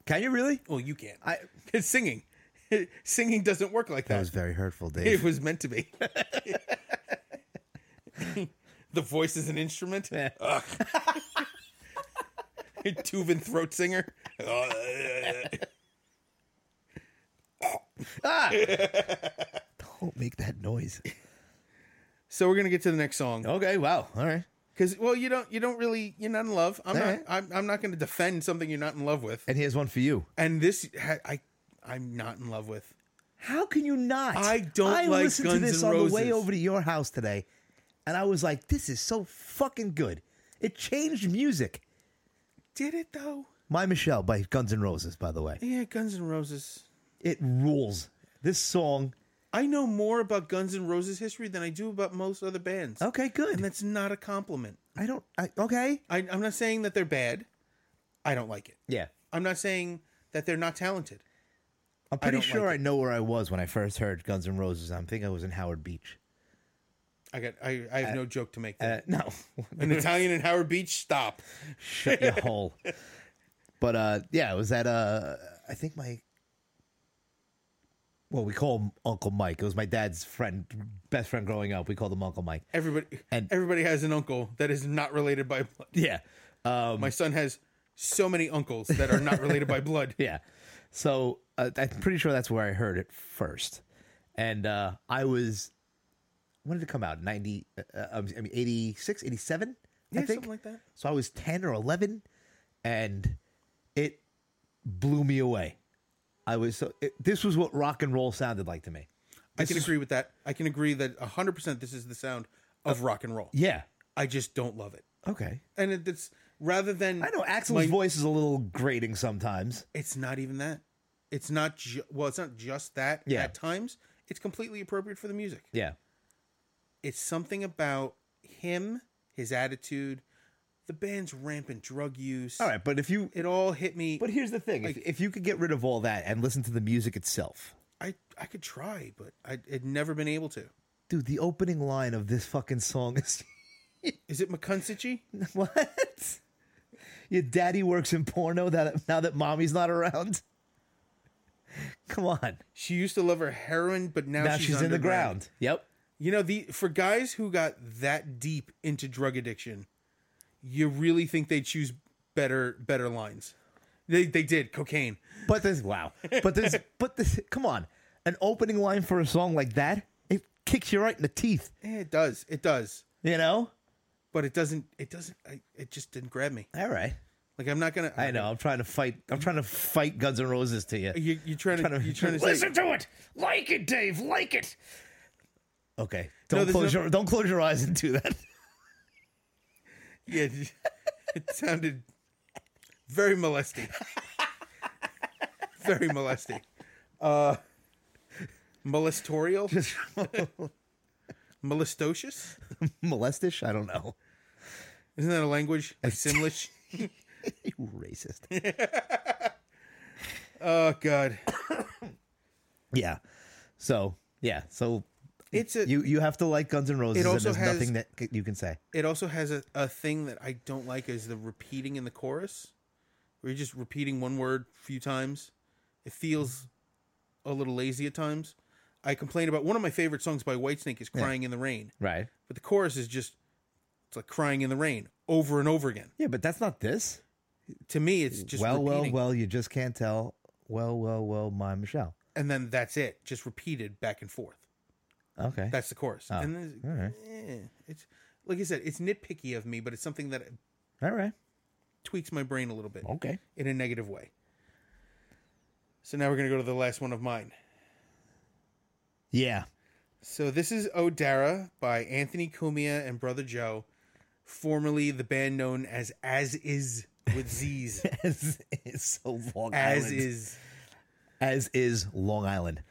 Can you really? Well, you can. I. It's singing. singing doesn't work like That that. was very hurtful, It Dave. was meant to be. the voice is an instrument. Yeah. Ugh. Tuvan throat singer. ah! don't make that noise. so we're gonna get to the next song Okay. Wow. All right. because well you don't you don't really you're not in love. I'm not Alright. I'm, I'm not gonna defend something you're not in love with. And here's one for you. And this ha- I I'm not in love with. How can you not? I don't I like listened Guns to this N' on the way Roses. over to your house today, and I was like, "This is so fucking good." It changed music. Did it though? My Michelle by Guns N' Roses, by the way. Yeah, Guns N' Roses. It rules. This song. I know more about Guns N' Roses history than I do about most other bands. Okay, And good. that's not a compliment. I don't. I, okay. I, I'm not saying that they're bad. I don't like it. Yeah. I'm not saying that they're not talented. I'm pretty don't sure like I know where I was when I first heard Guns N' Roses. I'm thinking I was in Howard Beach. I got. I, I have no joke to make. Uh, no, An Italian in Howard Beach. Stop. shut your hole. But uh, yeah, it was at uh, I think my well, we call him Uncle Mike. It was my dad's friend, best friend growing up. We called him Uncle Mike. Everybody And- everybody has an uncle that is not related by blood. Yeah. Um, My son has so many uncles that are not related by blood. Yeah. So uh, I'm pretty sure that's where I heard it first. And uh, I was, when did it come out? 90, uh, uh, I mean, 86, 87? I Yeah, think. something like that. So I was 10 or 11 and it blew me away. I was so, it, this was what rock and roll sounded like to me. I can agree with that. I can agree that 100% this is the sound of rock and roll. Yeah. I just don't love it. Okay. And it, it's rather than I know Axel's my- voice is a little grating sometimes. it's not even that. It's not ju- well, it's not just that Yeah. at times. It's completely appropriate for the music. Yeah. It's something about him, his attitude, the band's rampant drug use. All right. But if you, It all hit me. but here's the thing if, if you could get rid of all that and listen to the music itself, I I could try, but I had never been able to. dude, the opening line of this fucking song is Is it McCunsichi? what? Your daddy works in porno that now that mommy's not around. Come on, She used to love her heroin, but now, now she's, in the underground. ground. Yep. You know, the for guys who got that deep into drug addiction, you really think they choose better better lines. They they did cocaine. But this, wow. But this, but this. Come on, an opening line for a song like that, it kicks you right in the teeth. Eh, it does. It does. You know. But it doesn't it doesn't I, it just didn't grab me. All right. Like I'm not going to I know. I'm trying to fight. I'm trying to fight Guns N' Roses to you. you you're trying, Trying to, to- you're trying to say listen to it. Like it, Dave. Like it. Okay. No, Don't there's close no- your don't close your eyes and do that. yeah, it sounded very molesting. very molesting. Uh molestorial, molestocious? Molestish? I don't know. Isn't that a language? Like Simlish? You racist. Oh god. yeah. So yeah. So It's a you you have to like Guns N' Roses. It also and there's has- nothing that c- you can say. it also has a, a thing that I don't like is the repeating in the chorus. Where you're just repeating one word a few times. It feels a little lazy at times. I complain about one of my favorite songs by Whitesnake is Crying in the Rain. Right. But the chorus is just it's like crying in the rain over and over again. Yeah, but that's not this. To me it's just well, repeating. well, well. You just can't tell. Well, well, well. My Michelle. and then that's it. Just repeated back and forth. Okay. That's the chorus. and then, Oh, all right. eh, it's like I said, it's nitpicky of me, but it's something that All right. tweaks my brain a little bit. Okay. in a negative way. So now we're going to go to the last one of mine. Yeah. So this is Odara by Anthony Cumia and Brother Joe, formerly the band known as As Is with Z's. As is so Long As Island. is. As is Long Island.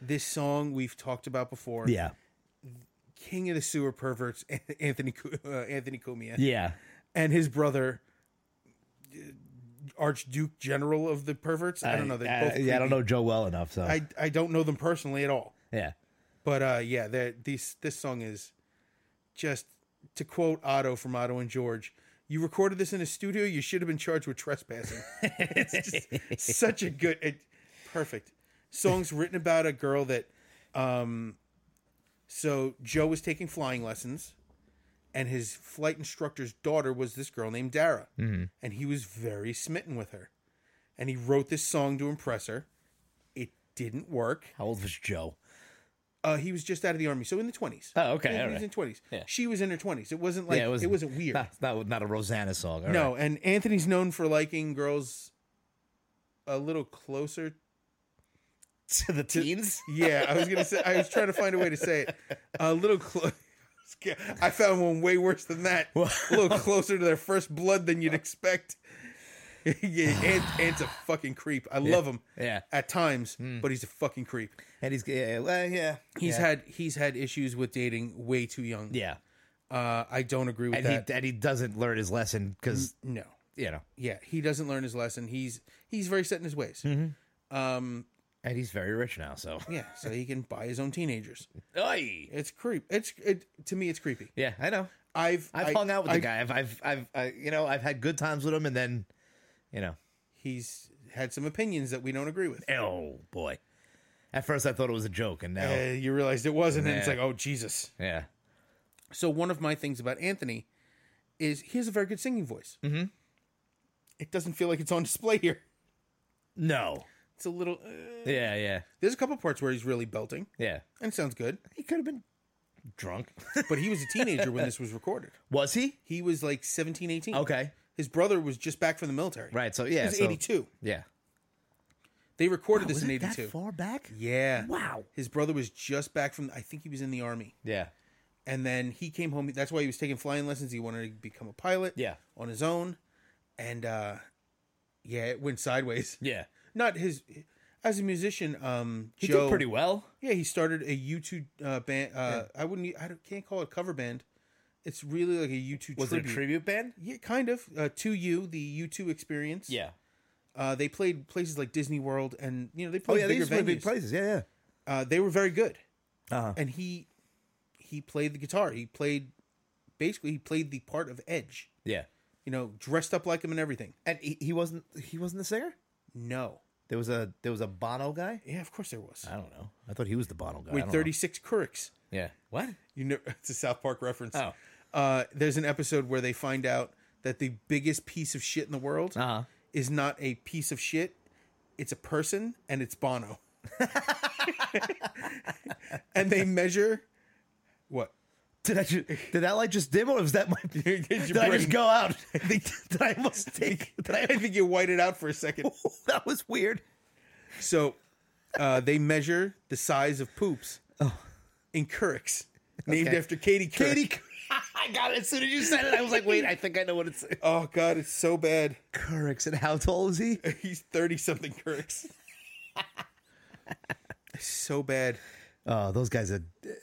This song we've talked about before. Yeah. King of the Sewer Perverts, Anthony Cu- uh, Anthony Cumia, Yeah. and his brother, uh, Archduke General of the Perverts. I don't know. They're I, uh, both yeah, I don't creepy. know Joe well enough. So I, I don't know them personally at all. yeah. But uh, yeah, that this this song is just to quote Otto from Otto and George. You recorded this in a studio. You should have been charged with trespassing. it's just such a good, it, perfect songs written about a girl that. Um, so Joe was taking flying lessons, and his flight instructor's daughter was this girl named Dara, and he was very smitten with her, and he wrote this song to impress her. It didn't work. How old was Joe? Uh, he was just out of the army, so in the twenties. Oh, okay, he all was right. in twenties. Yeah. She was in her twenties. It wasn't like Yeah, it, it was, wasn't- not Ah, weird. Not, not not a Rosanna song. all no, right. and Anthony's known for liking girls a little closer. to the teens. Yeah, I was gonna say. I was trying to find a way to say it. A little close. I found one way worse than that. A little closer to their first blood than you'd expect. yeah, Ant, Ant's a fucking creep. I love him Yeah. at times, but he's a fucking creep. And he's yeah, well, yeah. He's yeah. had he's had issues with dating way too young. yeah. Uh, I don't agree with And that. he and he doesn't learn his lesson because no. you know, Yeah, he doesn't learn his lesson. He's he's very set in his ways. Mm-hmm. Um, and he's very rich now. So yeah, so he can buy his own teenagers. Oy. It's creep. It's it to me. It's creepy. yeah, I know. I've I've I- hung out with I- the guy. I've I've I've I, you know I've had good times with him, and then you know He's had some opinions that we don't agree with. Oh boy. Eh, At first I thought it was a joke, and now Uh, you realized it wasn't, and it's Yeah. like, oh Jesus. yeah, So one of my things about Anthony is he has a very good singing voice. Mm-hmm. It doesn't feel like it's on display here. no, It's a little. Uh, yeah, yeah, there's a couple parts where he's really belting, yeah. and it sounds good. He could have been drunk. But he was a teenager when this was recorded. was he? He was like 17, 18. Okay, His brother was just back from the military. right. So yeah, He was so, 82. Yeah, They recorded this Was in it 82. that far back? Yeah. Wow. His brother was just back from, I think he was in the army. Yeah, And then he came home. That's why he was taking flying lessons. He wanted to become a pilot yeah, on his own. And uh, yeah, it went sideways. yeah. Not his, as a musician, um, He Joe. did pretty well. Yeah, he started a U2 uh, band. Uh, I wouldn't, I don't- can't call it cover band. It's really like a U2 Was it a tribute. tribute band? yeah, kind of. Uh, to you, the U2 experience. Yeah. Uh, they played places like Disney World, and you know they Oh played yeah, bigger these were big venues. places. Yeah, uh, they were very good, yeah. Uh-huh. and he he played the guitar. He played basically he played the part of Edge. Yeah. You know, dressed up like him and everything. And he, he wasn't. He wasn't the singer. No, There was a there was a Bono guy. yeah, of course there was. I don't know. I thought he was the Bono guy. I Wait, don't thirty six Kurks. know. Yeah. What? You know, it's a South Park reference. Oh. Uh, there's an episode where they find out that the biggest piece of shit in the world Uh-huh. is not a piece of shit. It's a person, and it's Bono. and they measure what? Did I ju- did that light just dim or was that my your did I brain- just go out? I think did I almost take did I I, think you white it out for a second. that was weird. So uh, they measure the size of poops in Curricks, named Oh. Okay. after Katie Couric. Katie I got it as soon as you said it. I was like, wait, I think I know what it's Oh God, it's so bad. Currix and how tall is he? He's thirty something Curricks. so bad. Oh, those guys are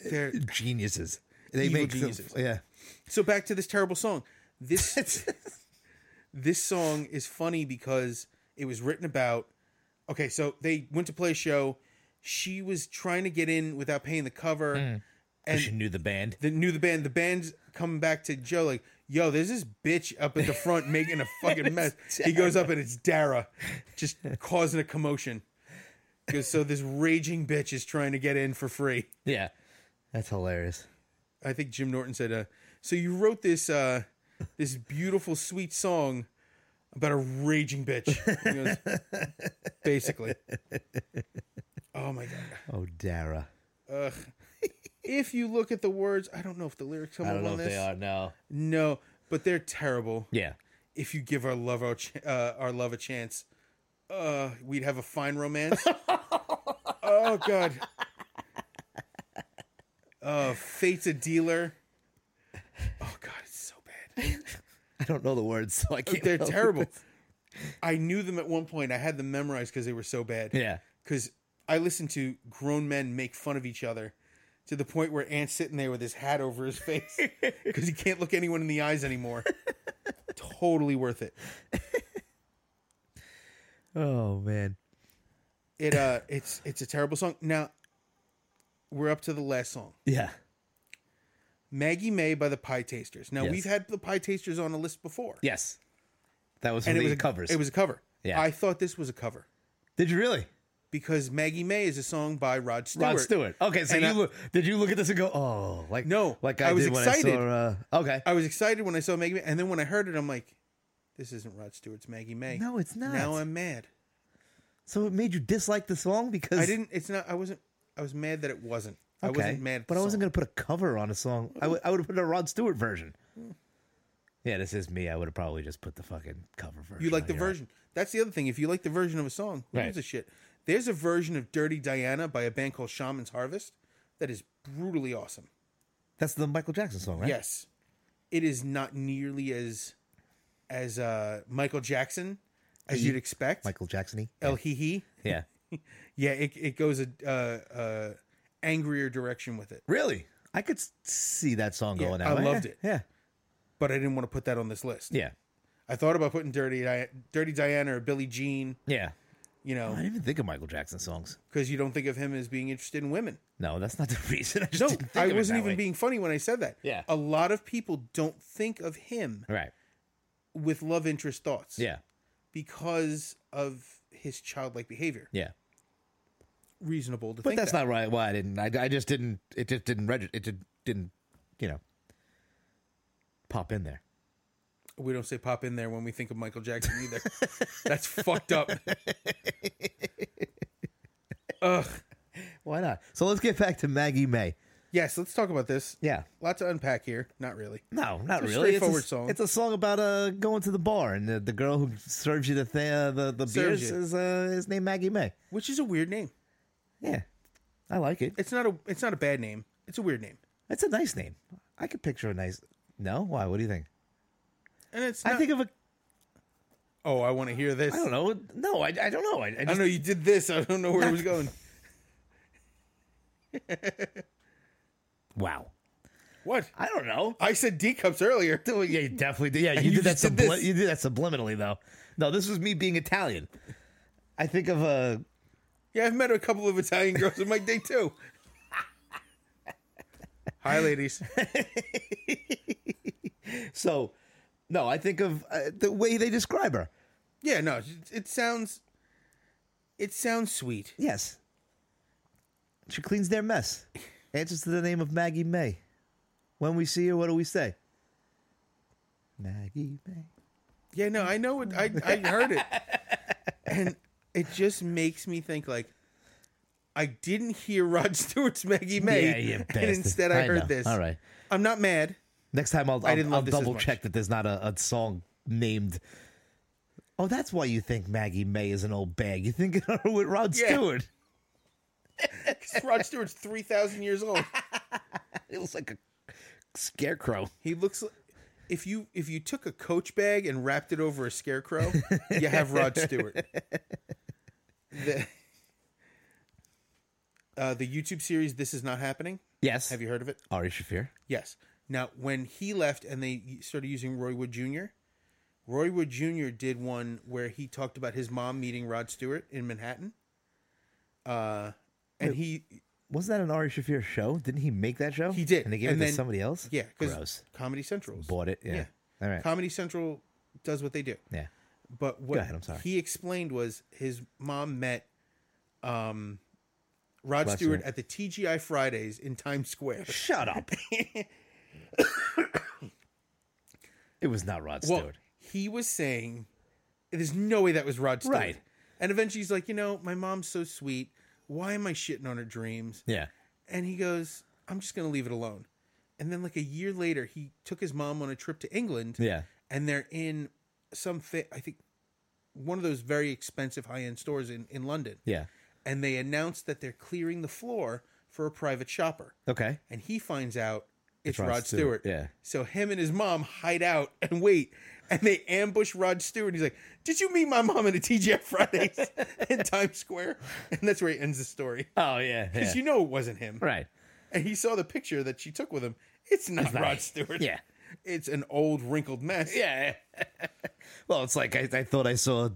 They're- geniuses. They Evil make the- geniuses. yeah. So back to this terrible song. This this song is funny because it was written about okay so they went to play a show she was trying to get in without paying the cover Hmm. and she knew the band. the knew the band the band's coming back to joe like yo there's this bitch up at the front making a fucking mess he goes up and it's dara just causing a commotion because so this raging bitch is trying to get in for free Yeah. That's hilarious. I think Jim Norton said, uh, "So you wrote this uh, this beautiful, sweet song about a raging bitch." He goes, Basically. Oh my god. Oh, Dara. Ugh. If you look at the words, I don't know if the lyrics come I up don't know on if this. they are now. No, but they're terrible. Yeah. If you give our love our, ch- uh, our love a chance, uh, we'd have a fine romance. oh god. Oh, fate's a dealer. Oh god, it's so bad. I don't know the words, so I can't. They're help you. terrible. I knew them at one point. I had them memorized because they were so bad. Yeah. Because I listened to grown men make fun of each other to the point where Ant's sitting there with his hat over his face because he can't look anyone in the eyes anymore. totally worth it. Oh man. It uh, it's it's a terrible song. Now we're up to the last song, Yeah. Maggie May by the Pie Tasters. Now Yes. we've had the Pie Tasters on a list before, Yes. That was one and of it was a, the covers. It was a cover. Yeah. I thought this was a cover Did you really? because Maggie May is a song by Rod Stewart. Rod Stewart. Okay, so And you I- look, did you look at this and go, oh, like No, like I I, was did excited. when I saw. Uh, okay, I was excited when I saw Maggie May, and then when I heard it, I'm like, "This isn't Rod Stewart's Maggie May." No, it's not. Now I'm mad. so it made you dislike the song because I didn't. It's not. I wasn't. I was mad that it wasn't. I Okay, wasn't mad. At but the I wasn't song. going to put a cover on a song. I would have put a Rod Stewart version. Yeah, this is me. I would have probably just put the fucking cover version. You like on the here. version? That's the other thing. If you like the version of a song, who Right. gives a shit? There's a version of "Dirty Diana" by a band called Shaman's Harvest that is brutally awesome. That's the Michael Jackson song, right? Yes, it is not nearly as as uh, Michael Jackson as you'd expect. Michael Jacksony. El hee hee. Yeah. Yeah, it it goes a uh, uh, angrier direction with it. really? I could s- see that song Yeah, going out. I loved it. Yeah. but I didn't want to put that on this list. Yeah. I thought about putting Dirty Di- Dirty Diana or Billie Jean, Yeah. you I know, didn't even think of Michael Jackson songs. because you don't think of him as being interested in women. No, that's not the reason. I just No, didn't think Oh, I of it wasn't that even way. being funny when I said that. Yeah. A lot of people don't think of him right. with love interest thoughts Yeah. because of his childlike behavior. Yeah. Reasonable to But think that's that. not right. Why I didn't. I, I just didn't. It just didn't register. It just didn't. You know, pop in there. We don't say pop in there when we think of Michael Jackson either. that's fucked up. Ugh. Why not? So let's get back to Maggie May. Yes, let's talk about this. Yeah. Lot to unpack here. Not really. No, not It's a really. straightforward it's a, song. It's a song about uh going to the bar and the, the girl who serves you the th- uh, the the Serves beers you. is uh is named Maggie May. Which is a weird name. Yeah, I like it. It's not a it's not a bad name. It's a weird name. It's a nice name. I could picture a nice. No, why? What do you think? And it's I not- think of a. Oh, I want to hear this. I don't know. No, I, I don't know. I, I I just know you did this. I don't know where it was going. wow. What? I don't know. I said D cups earlier. Oh, yeah, you definitely did. Yeah, you, you did that. just did Subli- this. you did that subliminally, though. No, this was me being Italian. I think of uh, a. Yeah, I've met a couple of Italian girls in my day too. Hi, ladies. So, no, I think of uh, the way they describe her. Yeah, no, it- it sounds, it sounds sweet. Yes. She cleans their mess. Answers to the name of Maggie May. When we see her, what do we say? Maggie May. Yeah, no, I know it. I I heard it, and it just makes me think like, I didn't hear Rod Stewart's Maggie May, Yeah, you and bastard. instead I, I heard know. this. All right. I'm not mad. Next time I'll, I'll, didn't I'll love this as double much. check that there's not a, a song named. Oh, that's why you think Maggie May is an old bag. You think of her with Rod Yeah. Stewart. 'Cause Rod Stewart's three thousand years old. It was like a scarecrow. He looks. Like, if you if you took a coach bag and wrapped it over a scarecrow, you have Rod Stewart. The, uh, the YouTube series "This Is Not Happening." Yes. Have you heard of it? Ari Shafir. Yes. Now, when he left and they y- started using Roy Wood Jr., Roy Wood Jr. did one where he talked about his mom meeting Rod Stewart in Manhattan. Uh, and he, Wasn't that an Ari Shafir show? Didn't he make that show? He did, And they gave and it to then- somebody else? yeah, because Gross. Comedy Central Bought it. Yeah. Yeah. All right. Comedy Central does what they do. yeah. But what ahead, I'm sorry. he explained was his mom met um, Rod Stewart Stewart. at the TGI Fridays in Times Square. Shut up. it was not Rod Stewart. Well, he was saying, "There's no way that was Rod Stewart." Right. And eventually, he's like, "You know, my mom's so sweet. Why am I shitting on her dreams?" yeah. And he goes, "I'm just gonna leave it alone." And then, like a year later, he took his mom on a trip to England. Yeah. And they're in some, fa- I think, one of those very expensive high end stores in in London. Yeah. And they announced that they're clearing the floor for a private shopper. Okay. And he finds out it's, Rod Rod, Stewart. Stewart, yeah. So him and his mom hide out and wait, and they ambush Rod Stewart. He's like, "Did you meet my mom at a TGI Fridays in Times Square?" And that's where he ends the story Oh, yeah. yeah. because you know it wasn't him. right. And he saw the picture that she took with him. It's not not- Rod Stewart. yeah. it's an old wrinkled mess. Yeah. well, it's like I, I thought I saw,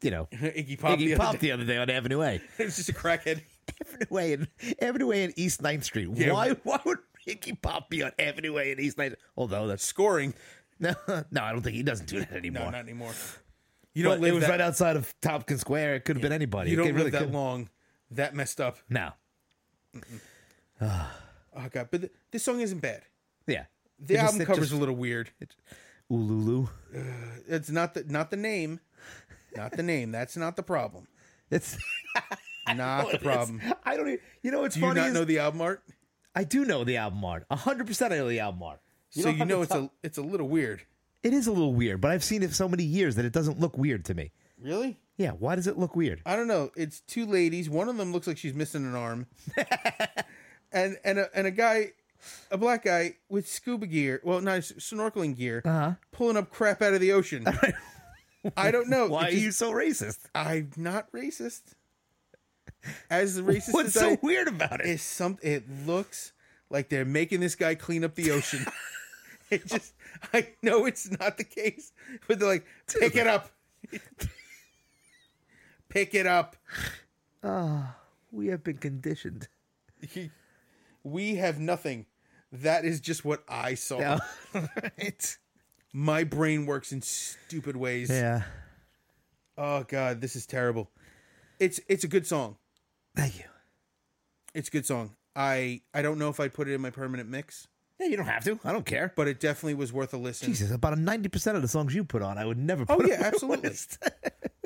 you know, Iggy Pop. Iggy the Pop other day. the other day on Avenue A. It was just a crackhead. Avenue A and Avenue A and East 9th Street. Yeah. Why? Why would Iggy Pop be on Avenue A and East 9th? Although that's Scoring. no, no, I don't think he doesn't do that No, anymore. not anymore. You But don't it live was that. right outside of Tompkins Square. It could have been anybody. you It don't could- live really that could- long. That messed up. No. Oh god, but th- this song isn't bad. Yeah. The It just- album it cover's just- a little weird. Ululu. It's not the not the name, not the name. That's not the problem. It's Not the problem. it's- I don't. Even, you know what's Do you funny? not is- know the album art? I do know the album art. hundred percent, I know the album art. so don't you have know to it's tell- a it's a little weird. It is a little weird, but I've seen it so many years that it doesn't look weird to me. Really? Yeah. Why does it look weird? I don't know. It's two ladies. One of them looks like she's missing an arm, and and a, and a guy, a black guy with scuba gear. Well, not s- snorkeling gear, Uh-huh. pulling up crap out of the ocean. I don't know. Why It are Oh, just- you so racist? I'm not racist. As the racist What's as so I, weird about it? is some it looks like they're making this guy clean up the ocean. it just I know it's not the case, but they're like, pick it up. pick it up. We have been conditioned. We have nothing. That is just what I saw. My brain works in stupid ways. yeah. Oh God, this is terrible. It's it's a good song. Thank you. It's a good song. I I don't know if I'd put it in my permanent mix, Yeah, you don't have to. I don't care. but it definitely was worth a listen. Jesus, about ninety percent of the songs you put on, I would never. Oh put yeah, on my absolutely. list.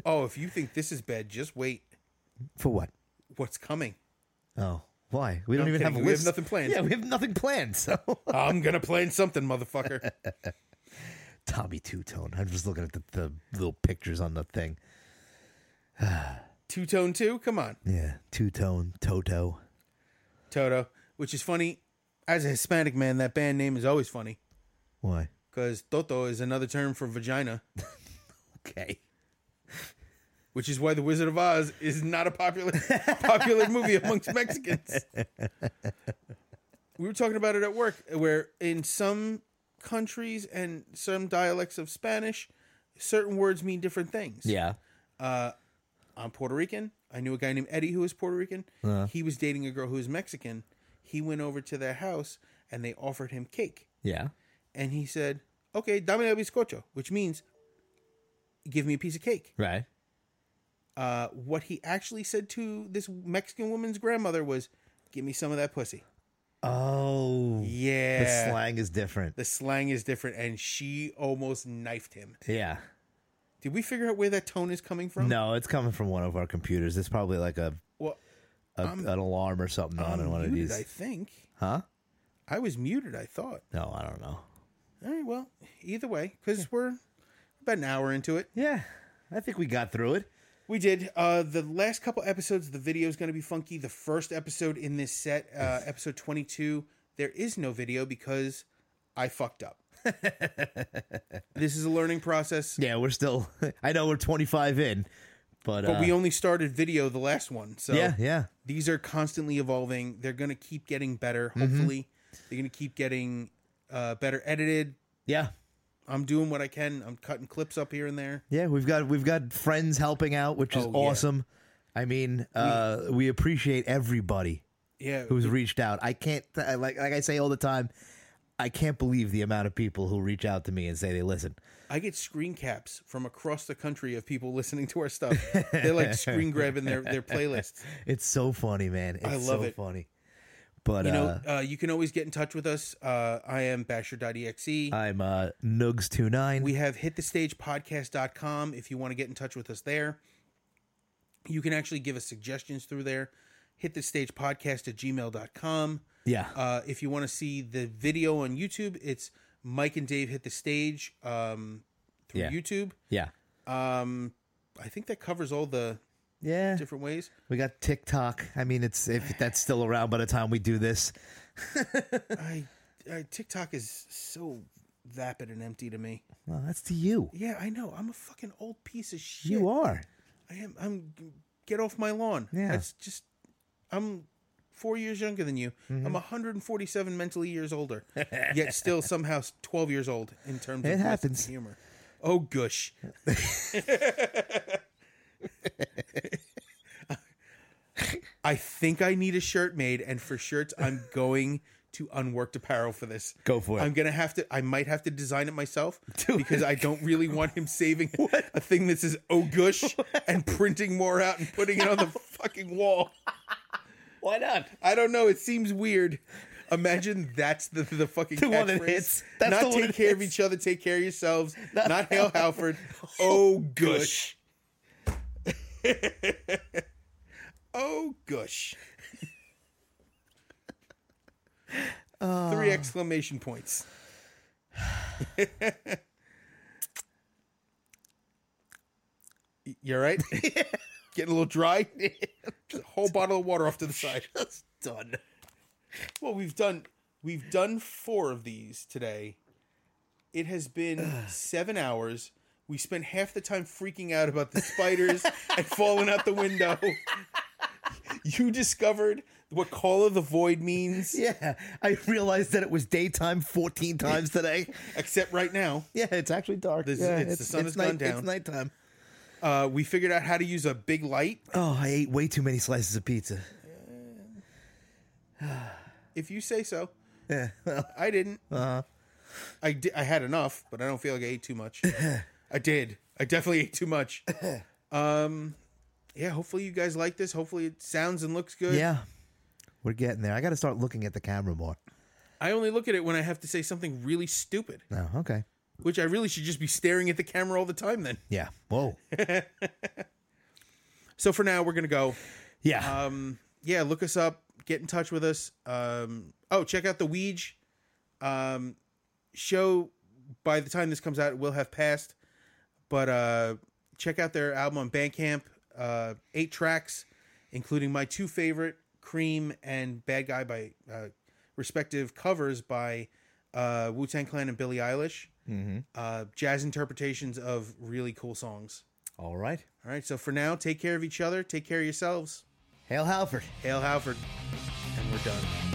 oh, if you think this is bad, just wait. For what? What's coming? Oh, why? We don't I'm even kidding. have a We have list. nothing planned. Yeah, we have nothing planned. So I'm gonna plan something, motherfucker. Tommy Two Tone. I'm just looking at the, the little pictures on the thing. Two tone two. Come on, Yeah, Two Tone, Toto. Toto. Which is funny. As a Hispanic man, that band name is always funny Why? because Toto is another term for vagina, Okay. which is why The Wizard of Oz is not a popular popular movie amongst Mexicans. We were talking about it at work, where in some countries and some dialects of Spanish, certain words mean different things. Yeah. I'm Puerto Rican. I knew a guy named Eddie who was Puerto Rican. Uh-huh. He was dating a girl who was Mexican. He went over to their house and they offered him cake. Yeah. And he said, Okay, dame el bizcocho, which means give me a piece of cake. Right. Uh, what he actually said to this Mexican woman's grandmother was, Give me some of that pussy. Oh. Yeah. The slang is different. The slang is different. And she almost knifed him. Yeah. Did we figure out where that tone is coming from? No, it's coming from one of our computers. It's probably like a, Well, a Um, an alarm or something on I'm one of muted, these. I think. Huh? I was muted, I thought. No, I don't know. All right. Eh, Well, either way, because we're about an hour into it. Yeah. I think we got through it. We did. Uh, the last couple episodes, the video is going to be funky. The first episode in this set, uh, episode 22, there is no video because I fucked up. this is a learning process. Yeah, we're still. I know we're 25 in, but, But uh, we only started video the last one. So yeah, yeah, these are constantly evolving. They're going to keep getting better, Mm-hmm. hopefully. They're going to keep getting uh, better edited. yeah, I'm doing what I can. I'm cutting clips up here and there. yeah. We've got we've got friends helping out, which is Oh, yeah. awesome. I mean, uh, we, appreciate everybody Yeah. who's reached out. I can't I, like like I say all the time. I can't believe the amount of people who reach out to me and say they listen. I get screen caps from across the country of people listening to our stuff. They like screen grabbing their their playlists. It's so funny, man. It's I love so it. funny. But You uh, know, uh, you can always get in touch with us. Uh, I am basher.exe. I'm uh, Nugs29. we have hitthestagepodcast.com if you want to get in touch with us there. You can actually give us suggestions through there. Hitthestagepodcast at gmail.com. yeah. Uh, if you want to see the video on YouTube, it's Mike and Dave Hit the Stage um, through Yeah. YouTube. yeah. Um, I think that covers all the Yeah. different ways. We got TikTok. I mean, it's if that's still around by the time we do this. I, I TikTok is so vapid and empty to me. Well, that's to you. Yeah, I know. I'm a fucking old piece of shit. You are. I am. I'm. Get off my lawn. Yeah. That's just. I'm four years younger than you. Mm-hmm. I'm 147 mentally years older, yet still somehow 12 years old in terms of It sense of happens. humor. Oh gush. I think I need a shirt made, and for shirts, I'm going to unworked apparel for this. Go for it. I'm gonna have to. I might have to design it myself because I don't really want him saving a thing that says "Oh gush" and printing more out and putting it on the fucking wall. Why not? I don't know. It seems weird. Imagine that's the the fucking The one that catchphrase. hits. That's not the one take that care of hits. each other. Take care of yourselves. Not, hail Halford. Oh gush. oh gush. Ah. Three exclamation points. You're right. Getting a little dry. Whole bottle of water off to the side. That's done. Well, we've done we've done four of these today. It has been seven hours. We spent half the time freaking out about the spiders and falling out the window. You discovered what call of the void means, Yeah. I realized that it was daytime 14 times today. except right now. Yeah, it's actually dark. This- yeah, it's- the sun has gone down. It's nighttime. Uh, we figured out how to use a big light. Oh, I ate way too many slices of pizza. If you say so, Yeah. Well, uh-huh. I didn't. I di- I had enough, but I don't feel like I ate too much. I did. I definitely ate too much. Um, yeah, hopefully you guys like this. Hopefully it sounds and looks good. Yeah, we're getting there. I got to start looking at the camera more. I only look at it when I have to say something really stupid, No, Oh, okay. which I really should just be staring at the camera all the time then. Yeah. Whoa. So for now, we're going to go. Yeah. Um, yeah, look us up. Get in touch with us. Um, oh, check out the Weege um, show. By the time this comes out, it will have passed. But uh, check out their album on Bandcamp. Uh, eight tracks, including my two favorite, Cream and Bad Guy, by uh, respective covers by uh, Wu Tang Clan and Billie Eilish. Uh, jazz interpretations of really cool songs. All right. All right, so for now, take care of each other. Take care of yourselves. Hail Halford. Hail Halford. And we're done.